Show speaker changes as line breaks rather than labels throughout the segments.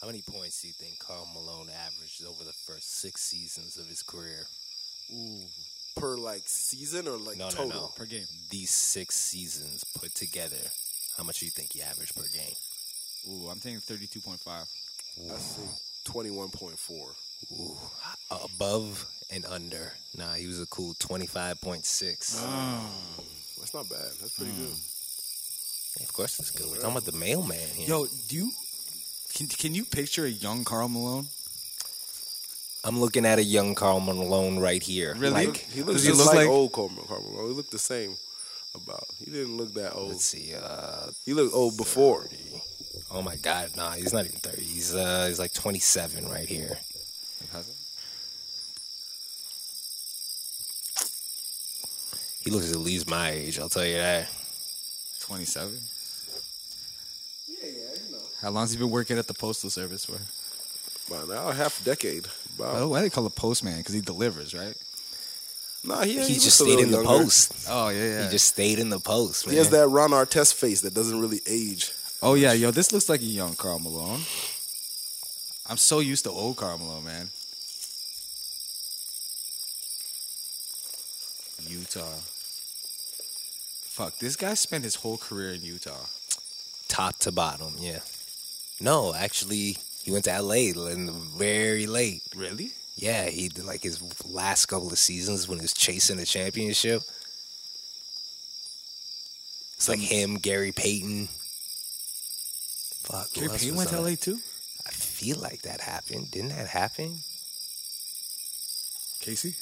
How many points do you think Carl Malone averaged over the first six seasons of his career?
Ooh, per like season or like
No, no,
total?
no.
per game.
These six seasons put together, how much do you think he averaged per game?
Ooh, I'm thinking 32.5.
I think twenty-one point four.
Ooh, above and under. Nah, he was a cool 25.6.
Oh.
That's not bad. That's pretty
Hmm.
good.
of course, it's good. We're talking about the mailman here.
Yo, do you can can you picture a young Carl Malone?
I'm looking at a young Carl Malone right here.
Really?
Like,
He looks
Does he
just
look
like,
like-
old Carmelo. Carmelo. He looked the same. About he didn't look that old.
let's see. Uh,
He looked old before.
oh my God, nah, he's not even 30. He's uh, he's like 27 right here. He looks at least my age. I'll tell you that.
27.
Yeah, yeah, you know.
How long's he been working at the postal service for?
By now, a half decade. About.
Oh, why they call it postman? Because he delivers, right?
Nah, he, he
he, just
looks a
stayed
little
in the
younger.
post.
Oh yeah, yeah.
He just stayed in the post. Man.
He has that Ron Artest face that doesn't really age.
oh yeah, yo, this looks like a young Carl Malone. I'm so used to old Carl Malone, man. Utah. Fuck, this guy spent his whole career in Utah.
top to bottom. Yeah. No, actually, he went to LA in the very late.
Really?
Yeah, he did like his last couple of seasons when he was chasing the championship. It's like him, Gary Payton. Fuck, who
Gary
else
Payton
was
went to
on it?
LA too?
I feel like that happened. Didn't that happen?
Casey?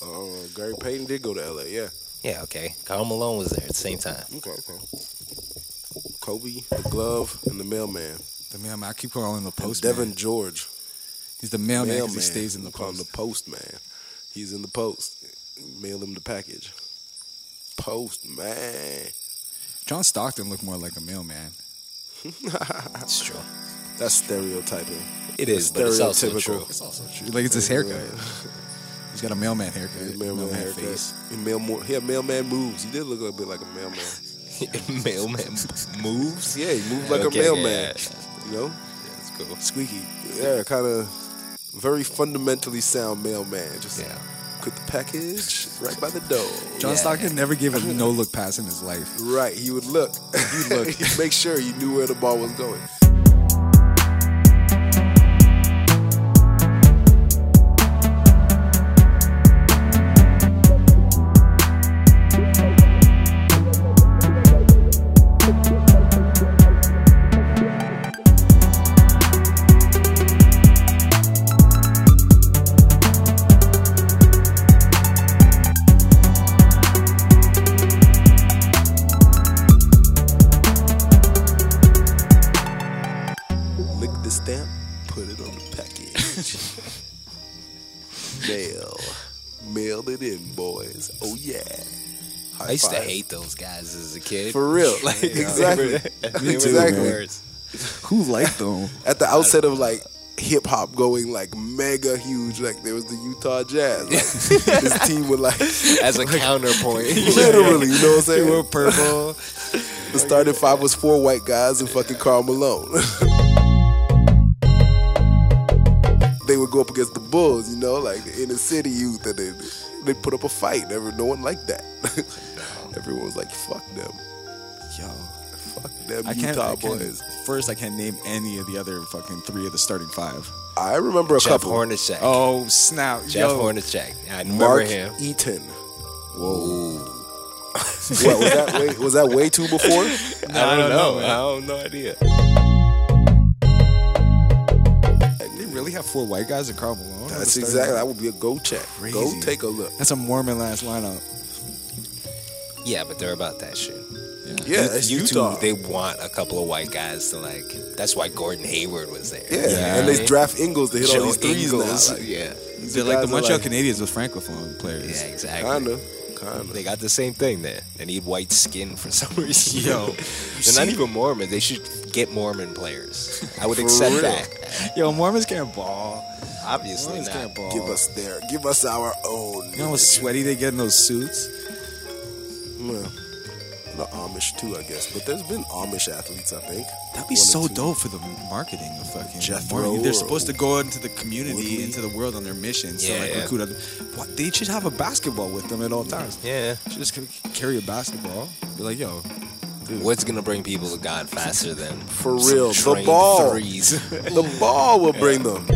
Uh, Gary Payton did go to L.A. Yeah.
Yeah, okay. Carl Malone was there at the same time.
Okay. okay. Kobe, the glove, and the mailman.
The mailman. I keep calling him the
And
postman.
Devin George,
He's the mailman Oh,
mailman.
'cause he stays in
We
the
call him
post.
the postman. He's in the post. Mail him the package. Postman.
John Stockton looked more like a mailman.
That's true.
That's stereotyping.
It is, but it's also
Stereotypical.
true.
It's also true. Like it's his haircut.
Yeah.
He's got a mailman haircut.
His mailman haircut. He mail more. He had mailman moves. He did look a little bit like a mailman.
Mailman moves.
Yeah, he moved like
Okay,
a
yeah,
mailman.
yeah.
You know,
Yeah, that's cool.
squeaky. Yeah, kind of very fundamentally sound mailman. Just
Yeah.
put the package right by the door.
John
Yeah.
Stockton never gave a no look pass in his life.
Right, he would look. He
look.
would make sure he knew where the ball was going. Lick the stamp, put it on the package. Mail. Mail it in, boys. Oh, yeah. High
I used to
five.
hate those guys as a kid.
For real.
Like,
Exactly.
They were
too,
the
man.
worst.
Who liked them?
At the outset of like hip hop going like mega huge, like there was the Utah Jazz. Like, this team would like
As a counterpoint.
literally, you know what I'm saying?
They were purple.
The starting five was four white guys and fucking Carl Malone. they would go up against the Bulls, you know, like the inner city youth, and they they put up a fight. Never, no one liked that. Everyone was like, "Fuck them,
Yo,
fuck them
I can't,
Utah
I can't-
boys."
First, I can't name any of the other fucking three of the starting five.
I remember a
Jeff
couple.
Hornacek.
Oh snap!
Jeff
Yo,
Hornacek. I remember
Mark
him.
Eaton.
Whoa.
What was that? Way, was that way too before?
I don't know.
man.
I don't no idea.
They really have four white guys in Carl Malone. on the
That's
starting
exactly.
lineup?
That would be a go check.
Crazy.
Go take a look.
That's a Mormon last lineup.
Yeah, but they're about that shit.
Yeah, that's
you
Utah.
they want a couple of white guys to like. That's why Gordon Hayward was there.
yeah.
Yeah.
and they draft Ingles. They hit
Joe
all these threes
Ingles.
now. Like,
yeah.
They're like
guys are
the Montreal
like-
Canadiens with francophone players.
Yeah, exactly.
Kinda, kinda.
They got the same thing there. They need white skin for some reason.
Yo,
they're not even Mormon. They should get Mormon players. I would accept
real.
that.
Yo, Mormons can't ball.
Obviously
Mormons
not.
can't ball.
Give us their, give us our own.
You know how sweaty they get in those suits?
Yeah. Mm. the Amish too, I guess. But there's been Amish athletes, I think.
That'd
One
be
or
so
two.
dope for the marketing of fucking
Jethro
Mormon.
or
They're supposed to go into the community,
Woodley.
into the world on their mission. So
Yeah,
like
yeah.
recruit other. What, they should have a basketball with them at all times.
Yeah.
Should just c- carry a basketball. Be like, yo, dude.
What's gonna bring people to God faster than
For
some
real, the
trained
ball,
threes?
the ball will bring them.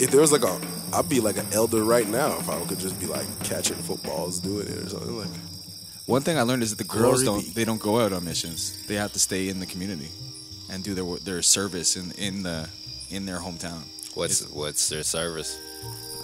If there was like a, I'd be like an elder right now if I could just be like catching footballs, doing it or something like.
One thing I learned is that the girls
Glory
don't
be.
they don't go out on missions. They have to stay in the community and do their wo- their service in in the in their hometown.
what's what's their service?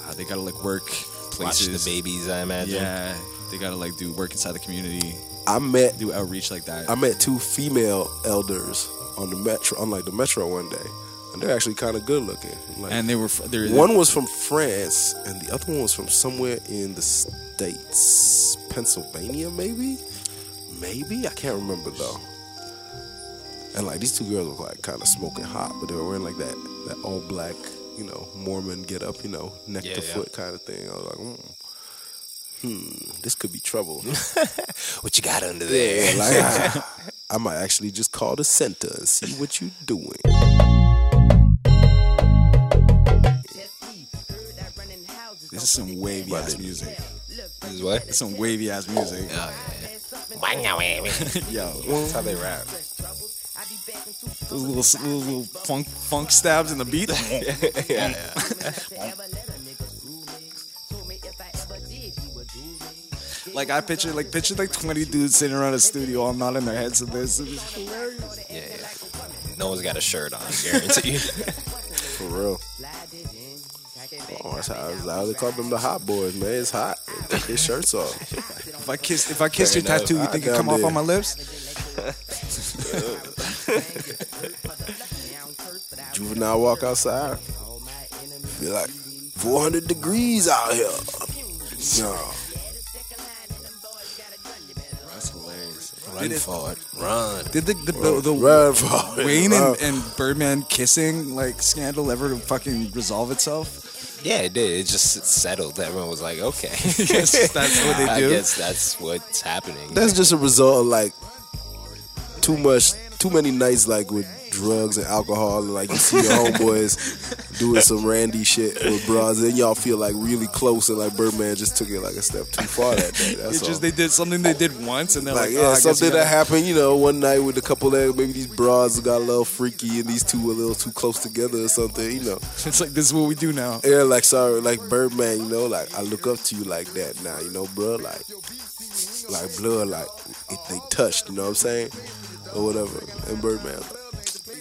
Uh, they gotta like work
Watch
places.
the babies, I imagine.
Yeah, they gotta like do work inside the community,
I met
do outreach like that.
I met two female elders on the metro on like the metro one day, and they're actually kind of good looking. Like,
and they were fr- they're
one was from France, and the other one was from somewhere in the states, Pennsylvania, maybe, maybe I can't remember though. And like these two girls were like kind of smoking hot, but they were wearing like that that all black, you know, Mormon get up, you know, neck
Yeah,
to
yeah.
foot kind of thing. I was like, mm, hmm, this could be trouble.
What you got under there?
Yeah, like I, I might actually just call the center and see what you doing.
This is some wavy ass music.
This is what?
This is some wavy ass music. Yo, that's how they rap. Those little, s- little, little funk, funk stabs in the beat. like I picture, like picture like twenty dudes sitting around a studio, all nodding their heads to this. It's just hilarious.
Yeah, yeah. No one's got a shirt on, guarantee.
For real. Oh, that's how I, was- I always call them the hot boys, man. It's hot. They Take their shirts off.
If I kissed, if I kissed
Fair
your
enough.
tattoo, you
I
think it
done
come off
did.
on my lips?
Juvenile walk outside. Be like, 400 degrees out here. No.
That's hilarious.
Run for it. Run.
Did the the, the, the
Run for it.
Wayne
Run.
and, and Birdman kissing like scandal ever fucking resolve itself?
Yeah, it did. It just settled. Everyone was like, okay.
Yes, that's what they
I
do.
guess that's what's happening.
That's just a result of like too much, too many nights like with drugs and alcohol, and like you see your homeboys doing some randy shit with bras, and y'all feel like really close, and like Birdman just took it like a step too far that day. That's
It's
all.
just they did something they did once and they're
like,
like,
yeah,
oh, I guess we
something that
gotta-
happened, you know, one night with a couple of maybe these bras got a little freaky and these two were a little too close together or something, you know.
It's like this is what we do now.
Yeah, like sorry, like Birdman, you know, like I look up to you like that now, you know, bro, like, like blood, like if they touched, you know what I'm saying, or whatever. And Birdman, like,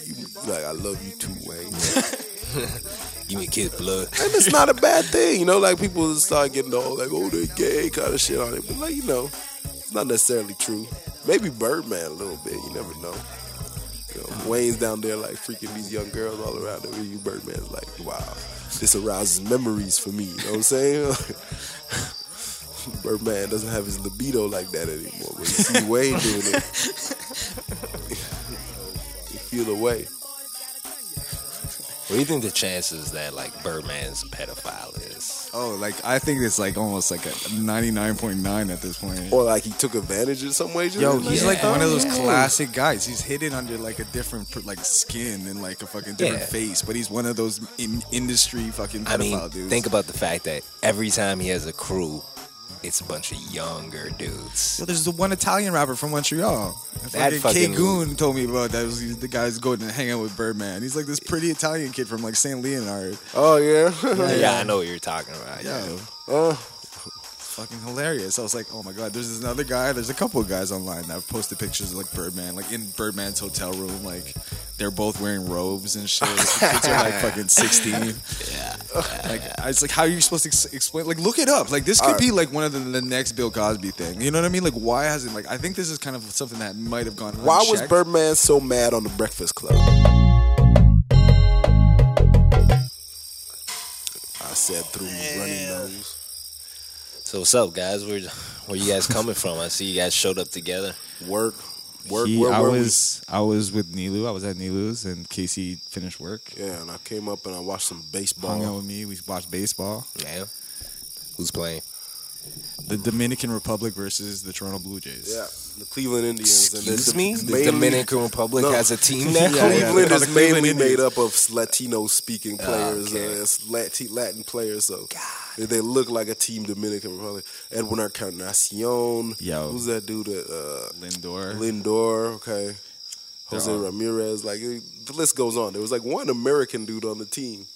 you, like I love you too, Wayne. and
You mean kid blood?
it's not a bad thing, you know. Like people start getting all like, oh, they gay kind of shit on it, but like you know, it's not necessarily true. Maybe Birdman a little bit, you never know. You
Uh-huh.
know, Wayne's down there like freaking these young girls all around him. and You Birdman's like, wow, this arouses memories for me. You know what I'm saying? Birdman doesn't have his libido like that anymore. But you see Wayne doing it, you feel the way.
What do you think the chances that like Birdman's a pedophile is?
Oh, like I think it's like almost like a ninety nine point nine at this point.
Or like he took advantage in some way.
Yo, he's
Yeah.
like one of those
Yeah.
classic guys. He's hidden under like a different per- like skin and like a fucking different
Yeah.
face, but he's one of those in- industry fucking pedophile
I mean,
dudes.
think about the fact that every time he has a crew, it's a bunch of younger dudes.
So there's the one Italian rapper from Montreal. And
That
Fucking K
fucking-
Goon told me about that. Was, he's the guy's going to hang out with Birdman. He's like this pretty Italian kid from like Saint Leonard.
Oh yeah.
Yeah, I know what you're talking about. Yeah.
Yo,
Uh,
fucking hilarious. I was like, oh my god. There's this another guy. There's a couple of guys online that have posted pictures of like Birdman, like in Birdman's hotel room. Like they're both wearing robes and shit. The kids are like fucking 16.
Yeah.
Like I was like, how are you supposed to ex- explain? Like, look it up. Like, this could
Alright.
be like one of the, the next Bill Cosby thing. You know what I mean? Like, why hasn't like I think this is kind of something that might have gone.
why was
unchecked.
Birdman so mad on the Breakfast Club? I said through my running nose.
So what's up, guys? Where where you guys coming from? I see you guys showed up together.
Work, work,
He-
work,
I
work.
was I was with Nilu. I was at Nilu's, and Casey finished work.
Yeah, and I came up and I watched some
Hung out
baseball.
with me. We watched baseball.
Yeah. Who's playing?
The Dominican Republic versus the Toronto Blue Jays.
Yeah, the Cleveland Indians.
Excuse
and
me?
it's
The Dominican Republic
No.
has a team now?
Yeah, yeah.
Cleveland
they're
is
the Cleveland
mainly
Indians.
made up of Latino-speaking players,
okay.
uh, it's Lati- Latin players. So they- they look like a team Dominican Republic. Edwin Encarnacion.
Yo.
who's that dude? That, uh,
Lindor.
Lindor. Okay, Jose
all-
Ramirez. Like it- the list goes on. There was like one American dude on the team.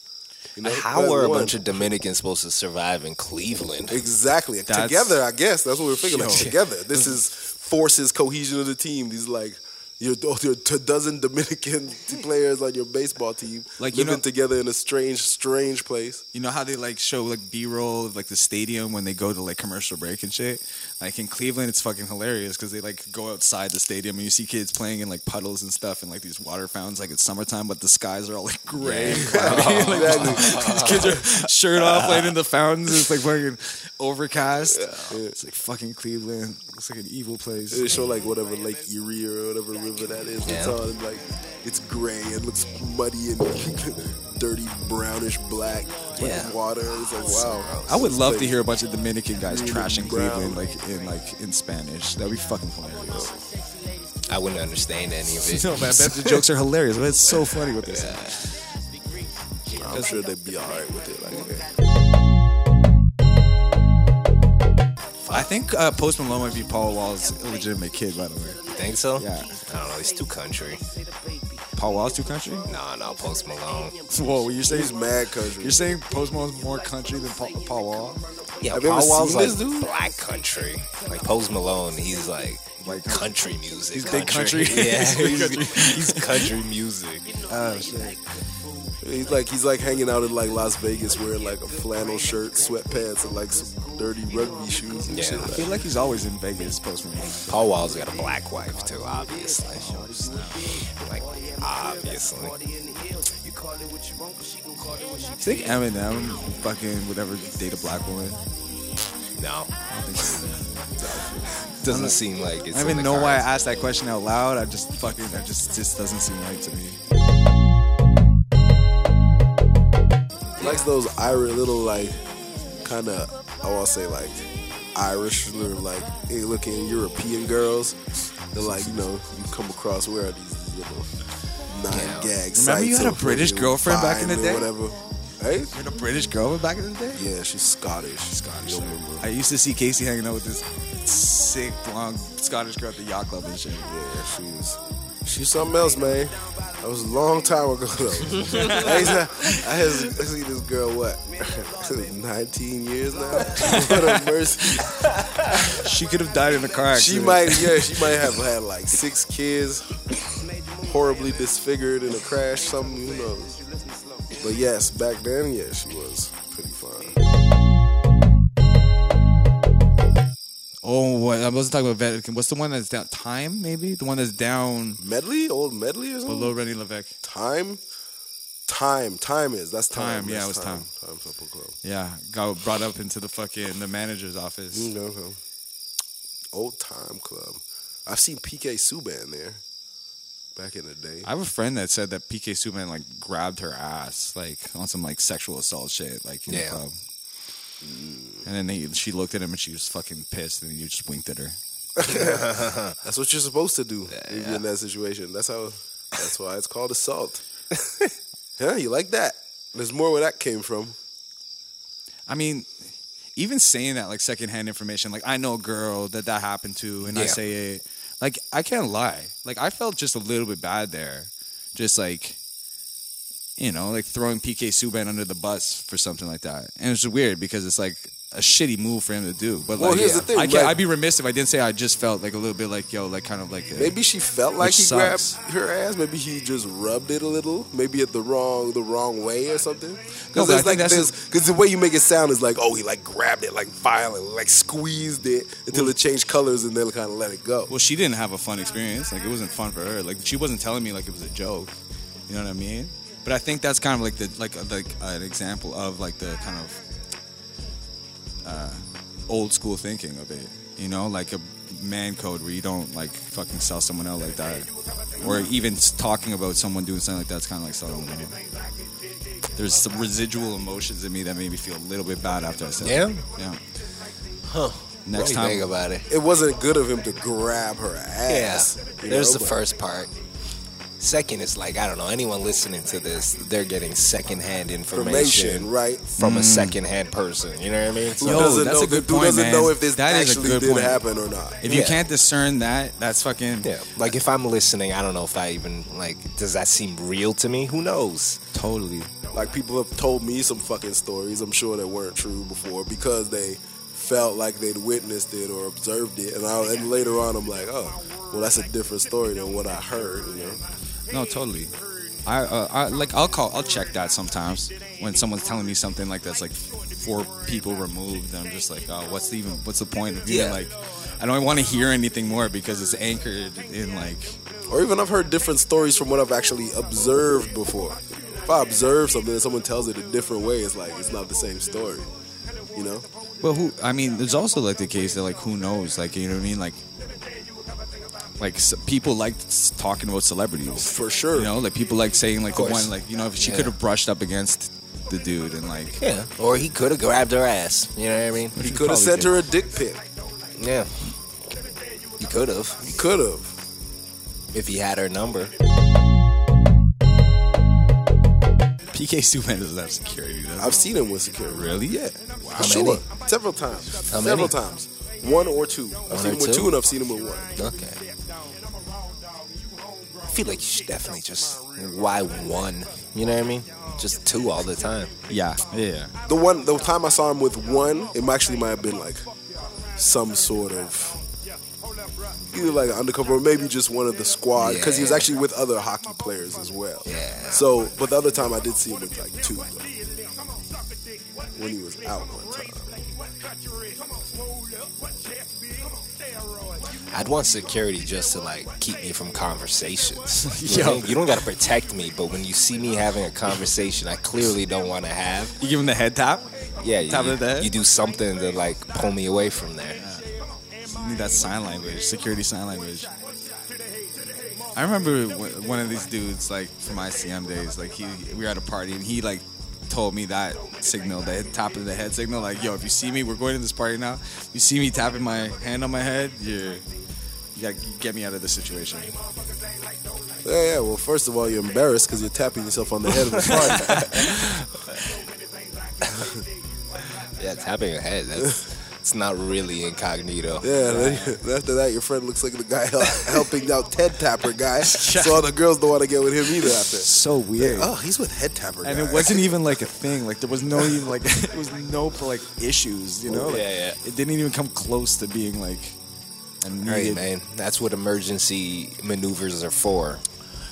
You know,
How
like,
are a
one.
bunch of Dominicans supposed to survive in Cleveland?
Exactly.
That's-
together, I guess. That's what we're figuring out.
Yo.
Together. This is forces cohesion of the team. These like your your t- dozen Dominican players on your baseball team
Like, you
living
know-
together in a strange, strange place.
You know how they like show like B roll of like the stadium when they go to like commercial break and shit. Like in Cleveland, it's fucking hilarious because they like go outside the stadium and you see kids playing in like puddles and stuff and like these water fountains. Like it's summertime, but the skies are all like gray. and cloudy. Like, these kids are shirt off playing in the fountains. It's like fucking overcast. It's like fucking Cleveland. It's like an evil place.
They show like whatever Lake Erie or whatever river that is. It's
Yeah.
on like it's gray. It looks muddy and dirty, brownish black like,
Yeah.
water. It's like wow.
I would love to hear a bunch of Dominican guys trashing
Brown.
Cleveland like in like in Spanish. That'd be fucking hilarious.
I wouldn't understand any of it.
No, but I bet the jokes are hilarious. But it's so funny what they say.
I'm sure they'd be all right with it. Like okay.
I think uh, Post Malone might be Paul Wall's illegitimate kid, by the way.
Think so?
Yeah.
I don't know. He's too country.
Paul Wall's too country?
Nah, nah. Post Malone.
Whoa, you're saying
he's mad country.
you're saying Post Malone's more country than Paul, Paul Wall?
Yeah,
Have you
Paul
ever
Wall's
seen
like
this dude?
black country. Like Post Malone, he's like
Like-
country music.
He's big country.
Yeah,
He's big
he's,
country.
he's country music.
Oh shit!
He's like he's like hanging out in like Las Vegas wearing like a flannel shirt, sweatpants, and like some dirty rugby shoes and
Yeah.
shit.
I
Like,
feel like he's always in Vegas. Post Malone.
Paul Wall's got a black wife too, obviously. Like obviously.
You think Eminem fucking would ever date a black woman?
No,
I don't think so.
doesn't seem like it's.
I don't
in the
even know why I
cards.
asked that question out loud. I just fucking, I just, just doesn't seem right to me.
he likes those Irish little like kind of I want to say like Irish or like hey, looking European girls. They're like you know you come across where are these little nine
Yeah.
gag
Remember you
sites
had a
of
British
fucking
girlfriend back in the
Vine
day?
or whatever. Hey,
You had a British girl back in the day?
yeah, she's Scottish. Scottish.
I used to see Casey hanging out with this sick blonde Scottish girl at the yacht club and shit.
Yeah, she was. She's something else, man. That was a long time ago, though. I, used to- I had I see this girl, what, 19 years now? What a mercy.
She could have died in a car
She
accident.
might, yeah, she might have had like six kids, horribly disfigured in a crash, something, who knows. But yes, back then, yeah, she was pretty fine.
Oh, what? I wasn't talking about Vatican. What's the one that's down? Time, maybe? The one that's down
Medley? Old Medley or something?
below Rennie Levesque.
Time? Time, time is. That's time.
Time, yeah,
That's
it was
Time Supper Club.
Yeah, got brought up into the fucking the manager's office.
You know, huh? Mm, old time club. I've seen PK Subban there back in the day.
I have a friend that said that PK Subban like grabbed her ass like on some like sexual assault shit like in
Yeah.
the club. And then they, she looked at him and she was fucking pissed and you just winked at her.
That's what you're supposed to do if you're in that situation. That's how. That's why it's called assault. yeah, you like that? There's more where that came from.
I mean, even saying that like secondhand information, like I know a girl that that happened to, and I
Yeah.
say it, like I can't lie. Like I felt just a little bit bad there, just like you know, like throwing PK Subban under the bus for something like that, and it's weird because it's like a shitty move for him to do. But
Well,
like,
here's the thing,
I can't,
like-
I'd be remiss if I didn't say I just felt like a little bit like yo, like kind of like a,
Maybe she felt like
Which
he
sucks.
grabbed her ass. Maybe he just rubbed it a little. Maybe at the wrong the wrong way or something.
No,
Because
but I think
like
that's-
because the way you make it sound is like oh he like grabbed it like violently like squeezed it until it changed colors and then kind of let it go.
well, she didn't have a fun experience. Like it wasn't fun for her. Like she wasn't telling me like it was a joke. You know what I mean? But I think that's kind of like the like like an example of like the kind of uh, old school thinking of it. You know, like a man code where you don't like fucking sell someone out like that, or even s- talking about someone doing something like that's kind of like selling them out. There's some residual emotions in me that made me feel a little bit bad after I said.
Yeah?
It. Yeah. Next
What do you
time,
think about it?
It wasn't good of him to grab her ass.
Yeah,
you
there's
know,
the
but-
first part. Second, it's like I don't know anyone listening to this. They're getting secondhand
information,
information
right?
from a secondhand person. You know what I mean?
Who
So,
Mm. Yo,
doesn't
that's
know,
a good
who
point,
doesn't
man.
know if this
That is a
actually
good
did
point.
happen or not?
if you
Yeah.
can't discern that, that's fucking
yeah, like if I'm listening, I don't know if I even like. Does that seem real to me? Who knows?
totally.
Like people have told me some fucking stories I'm sure that weren't true before because they felt like they'd witnessed it or observed it, and I, and later on I'm like, oh, well that's a different story than what I heard. You know,
No, totally. I, uh, I like I'll call I'll check that sometimes when someone's telling me something like that's like four people removed and I'm just like oh what's the even what's the point of even
Yeah.
like I don't want to hear anything more because it's anchored in like
or even I've heard different stories from what I've actually observed before. If I observe something and someone tells it a different way, it's like it's not the same story. You know,
But who? I mean, there's also like the case that like who knows? Like you know what I mean? Like, like s people like s- talking about celebrities.
for sure.
You know, like people like saying like the
course.
one like you know if she
Yeah.
could have brushed up against the dude and like
Yeah, or he could have grabbed her ass. You know what I mean?
he could have sent her a dick pic.
Yeah, he could have
He could have.
if he had her number.
PK Subban doesn't have security. Does
I've seen him with security.
really yet. Wow.
How
sure.
many?
Several times.
How
Several
many?
times. One or two. I've
One
seen
or
him with
two?
two and I've seen him with one.
Okay. I feel like you should definitely just why one? You know what I mean? Just two all the time.
Yeah, yeah.
The one the time I saw him with one, it actually might have been like some sort of either like undercover or maybe just one of the squad because he was
Yeah.
actually with other hockey players as well.
Yeah.
So, but the other time I did see him with like two though, when he was out one time.
I'd want security just to like keep me from conversations. You,
Yo.
know, you don't gotta protect me, but when you see me having a conversation I clearly don't want to have,
You give him the head tap.
yeah, you,
Top of the head?
you do something to like pull me away from there.
You need that sign language, security sign language. I remember w- one of these dudes, like from ICM days, like he we were at a party and he like told me that signal, the head- top of the head signal, like yo, if you see me, we're going to this party now. You see me tapping my hand on my head, you're you gotta get me out of this situation.
Yeah, yeah. Well, first of all, you're embarrassed because you're tapping yourself on the head of the party.
Yeah, tapping your head, that's it's not really incognito.
Yeah, and then, and after that, your friend looks like the guy hel- helping out Ted Tapper guy. So all the girls don't want to get with him either after.
So weird.
Oh, he's with Head Tapper guy.
And it wasn't even like a thing. Like there was no even like it was no like issues. You know. Like,
Yeah, yeah.
It didn't even come close to being like. a
Hey
needed
man, that's what emergency maneuvers are for.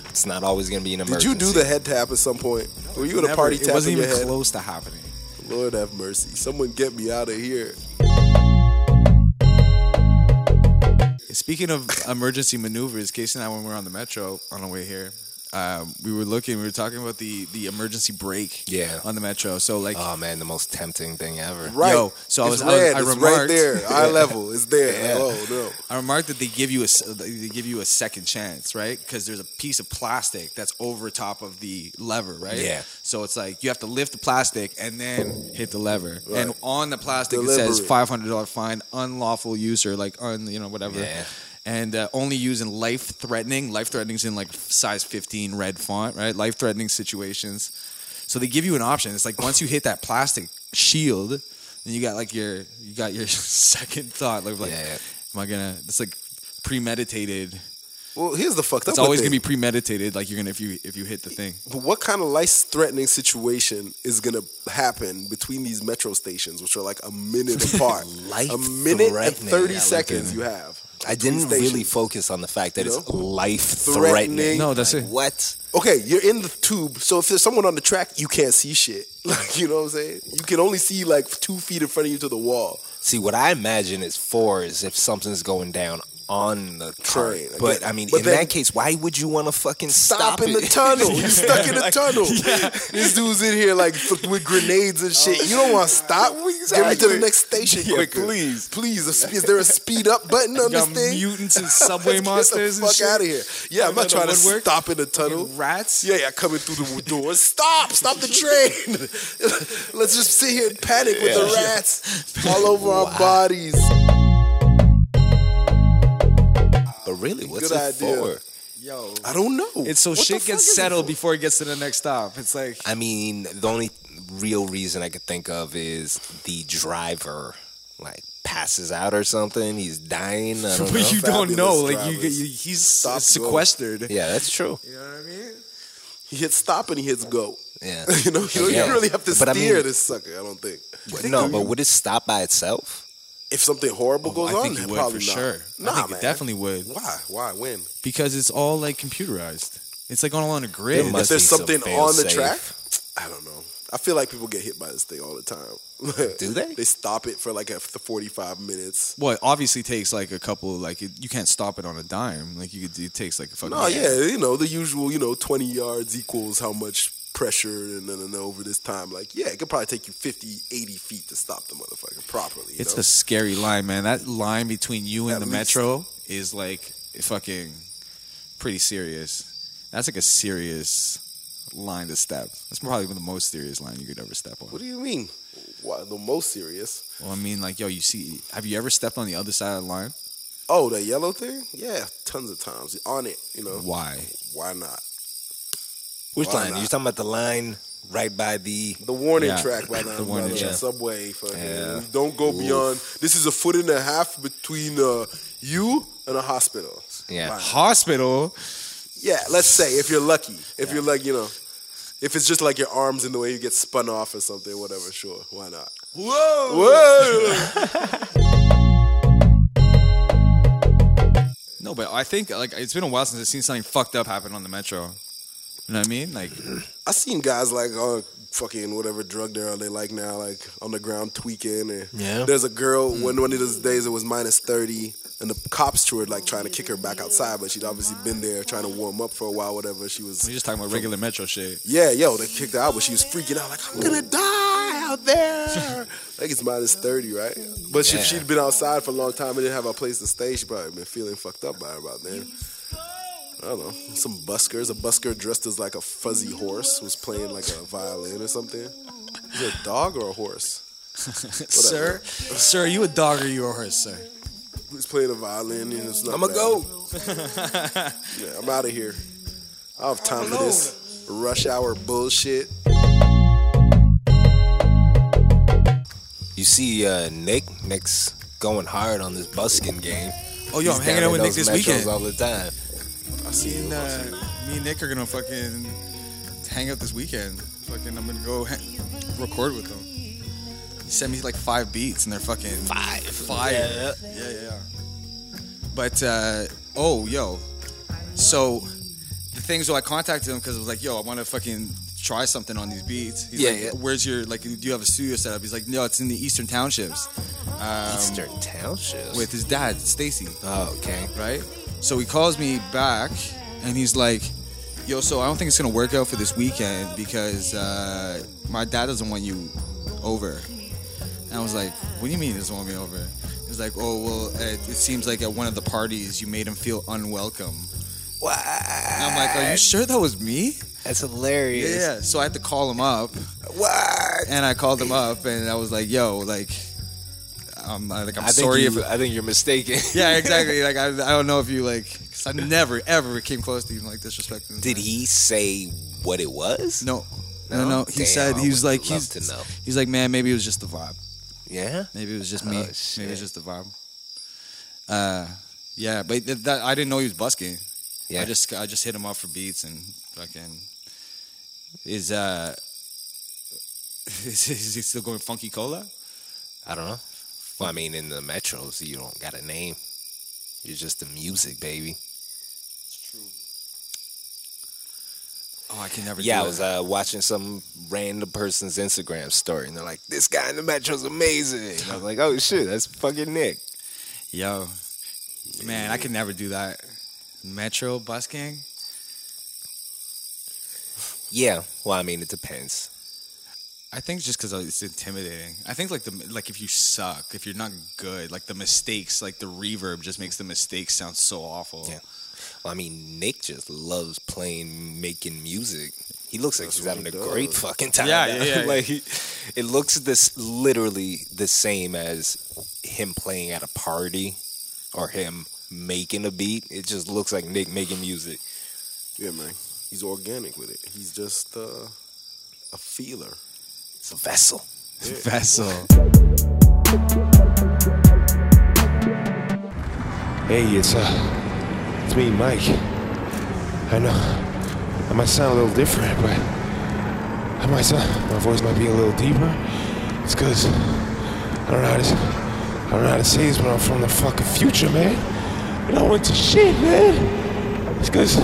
It's not always gonna be an
Did
emergency.
you do the head tap at some point? Were you at a
Never-
party
It wasn't
tapping your
even
head?
close to happening.
Lord have mercy. Someone get me out of here.
Speaking of emergency maneuvers, Casey and I, when we were on the metro on the way here, um, we were looking. We were talking about the the emergency brake.
Yeah.
On the metro, so like.
Oh man, the most tempting thing ever.
Uh, Right.
Yo, so I
it's
was- I was-
red.
I
it's right
remarked-
there. Eye level. It's there.
Yeah.
Like, oh
I remarked that they give you a s- they give you a second chance, right? Because there's a piece of plastic that's over top of the lever, right?
Yeah.
So it's like you have to lift the plastic and then hit the lever,
Right.
and on the plastic it says
Deliberate.
five hundred dollar fine, unlawful use or like un you know whatever.
Yeah.
And uh, only using life threatening. Life threatening's in like size fifteen red font, right? Life threatening situations. So they give you an option. It's like once you hit that plastic shield, then you got like your you got your second thought. Like, like,
Yeah, yeah.
am I gonna? It's like premeditated.
no. Well, here's the fucked up.
It's always
thing.
gonna be premeditated. Like you're gonna if you if you hit the thing.
But what kind of life-threatening situation is gonna happen between these metro stations, which are like a minute apart? a minute and
Life-threatening.
thirty
Yeah, I like
seconds
it.
you have.
I didn't
Between
really
stations.
focus on the fact that
You
it's
know?
life
Threatening.
threatening.
No, that's it.
What?
Okay, you're in the tube, so if there's someone on the track, you can't see shit. Like, you know what I'm saying? You can only see like two feet in front of you to the wall.
See, what I imagine is for is if something's going down on the train.
Train, I
But
get-
I mean,
but
in
then-
that case, why would you want to fucking
Stop,
stop,
in the
it?
tunnel. You're stuck in the tunnel. This dude's in here like f- with grenades and shit. you don't want to stop. Get me to the
Exactly.
next station
Yeah,
quicker,
please.
Please, is is there a speed up button on
You
this
got
thing?
mutants and
Let's
subway
get the
monsters and
fuck
shit.
out of here. Yeah, I'm
Out
not
of
trying to
the woodwork.
stop in the tunnel.
Rats.
Yeah, yeah, coming through the doors. Stop! Stop the train! Let's just sit here and panic with the rats all over our bodies.
Really? What's
Good
it
idea.
for?
Yo,
I don't know.
it's so
What the fuck
shit
is
gets
it
settled
for?
before it gets to the next stop. It's like
I mean, the only real reason I could think of is the driver, like passes out or something. He's dying. I don't know.
but you don't
Fabulous
know. Like you,
drivers.
get- you he's
Stop
sequestered.
yeah, that's true.
You know what I mean?
He hits stop and he hits go.
Yeah.
you know, you, don't
Yeah.
you really have to
But I
steer
mean-
this sucker. I don't think.
But no, but would it stop by itself?
If something horrible goes
Oh, I
on,
think it would
probably
for
not.
sure.
Nah,
I think
man.
it definitely would
Why? Why? When?
because it's all like computerized. It's like all on a
There
grid.
must
if there's
be some
something on the
fail-safe.
track, I don't know. I feel like people get hit by this thing all the time.
Do they?
They stop it for like after 45 minutes.
Well, it obviously takes like a couple. Like it, you can't stop it on a dime. Like you could, it takes like a fucking.
No, yeah, you know the usual. You know, 20 yards equals how much pressure, and then and then over this time, like yeah, it could probably take you 50, 80 feet to stop the motherfucker properly. you
It's
know?
a scary line, man. That line between you and
At
the
least.
metro is like fucking pretty serious. That's like a serious line to step. That's probably the most serious line you could ever step on.
What do you mean? Why, the most serious?
Well, I mean, like, yo, you see, have you ever stepped on the other side of the line?
Oh, the yellow thing? Yeah, tons of times on it. You know,
Why?
why not?
Which
Why
line?
not?
You're talking about the line right by the.
The warning
Yeah,
track by the,
the warning
by the
track.
subway. Fucking
Yeah.
don't go beyond. This is a foot and a half between uh, you and a hospital.
Yeah.
Hospital.
Yeah, let's say if you're lucky, if you're like you know, if it's just like your arms in the way you get spun off or something, whatever. Sure, why not?
Whoa.
Whoa!
No, but I think like it's been a while since I've seen something fucked up happen on the metro. You know what I mean? Like,
I seen guys like on fucking whatever drug they're on, they like now, like on the ground tweaking. Or
Yeah.
there's a girl when one of those days it was minus thirty, and the cops were like trying to kick her back outside, but she'd obviously been there trying to warm up for a while, whatever. She was
we're just talking about regular metro shit.
Yeah, yo, they kicked her out, but she was freaking out like, "I'm gonna die out there." like it's minus thirty, right? But
Yeah.
if she'd been outside for a long time and didn't have a place to stay, she probably been feeling fucked up by her about then. I don't know. Some buskers, a busker dressed as like a fuzzy horse, was playing like a violin or something. Is it a dog or a horse?
sir, sir, are you a dog or you a horse, sir?
He was playing a violin and it's not
I'ma
bad.
go.
Yeah, I'm out of here. I don't have time for this rush hour bullshit.
You see, uh, Nick, Nick's going hard on this busking game.
Oh, yo,
He's
I'm hanging
down
out with
in
Nick
those
this
metros
weekend.
all the time.
I see
Me
you.
and, uh, me and Nick are gonna fucking hang out this weekend. Fucking, I'm gonna go ha- record with them. He sent me like five beats, and they're fucking five, fire. Yeah, yeah, yeah. But uh, oh, yo, so the things where I contacted him because I was like, yo, I want to fucking try something on these beats. He's
Yeah,
like,
yeah.
Where's your like? Do you have a studio set up? He's like, no, it's in the Eastern Townships
uh, Eastern Townships.
with his dad, Stacy
oh, okay.
right? So he calls me back and he's like, Yo, so I don't think it's gonna work out for this weekend because uh, my dad doesn't want you over. And I was like, What do you mean he doesn't want me over? He's like, Oh, well, it, it seems like at one of the parties you made him feel unwelcome.
What?
And I'm like, Are you sure that was me?
That's hilarious.
Yeah, so I had to call him up.
What?
And I called him up and I was like, Yo, like, I'm, like, I'm
I think
sorry
you-
if
I think you're mistaken.
yeah, exactly. Like I, I don't know if you like, cause I never ever came close to even like disrespecting.
Did he say what it was?
No, no, no. He
Damn,
said
I
he was
would
like
love
he's
to know.
he's like man, maybe it was just the vibe.
Yeah.
Maybe it was just
Oh,
me.
shit.
Maybe it was just the vibe. Uh, yeah, but th- that I didn't know he was busking.
Yeah.
I just I just hit him up for beats and fucking is uh is, is he still going funky cola?
I don't know. Well, I mean, in the metros, you don't got a name. You're just the music, baby.
Oh, I can never.
Yeah, I
do
was
it.
uh, watching some random person's Instagram story, and they're like, "This guy in the metro's amazing." And I was like, "Oh shit, that's fucking Nick."
Yo, man, I could never do that. Metro busking.
Yeah. Well, I mean, it depends.
I think just because it's intimidating. I think like the like if you suck, if you're not good, like the mistakes, like the reverb just makes the mistakes sound so awful.
Yeah. Well, I mean, Nick just loves playing, making music. He looks like he's
what
having a
he
great
does.
fucking time.
Yeah, yeah, yeah, yeah.
like he- it looks this literally the same as him playing at a party, or him making a beat. It just looks like Nick making music.
Yeah, man. He's organic with it. He's just uh, a feeler.
It's a vessel.
Vessel.
Hey, it's uh, it's me, Mike. I know I might sound a little different, but I might sound my voice might be a little deeper. It's cause I don't know how to I don't know how to say this, but I'm from the fucking future, man. And I went to shit, man. It's cause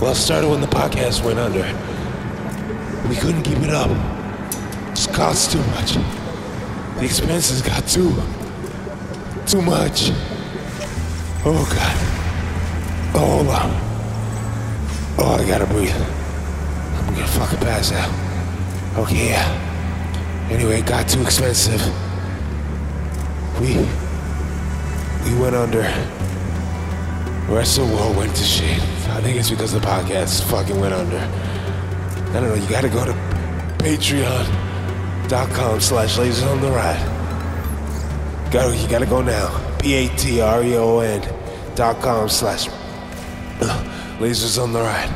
well, it started when the podcast went under. We couldn't keep it up. It cost too much. The expenses got too too much. Oh God. Oh, hold on. Oh, I gotta breathe. I'm gonna fucking pass out. Okay, yeah. Anyway, it got too expensive. We we went under. The rest of the world went to shit. I think it's because the podcast fucking went under. I don't know. You gotta go to Patreon.com slash Lasers on the Ride. Gotta you gotta go now. P A T R E O N dot com slash Lasers on the Ride.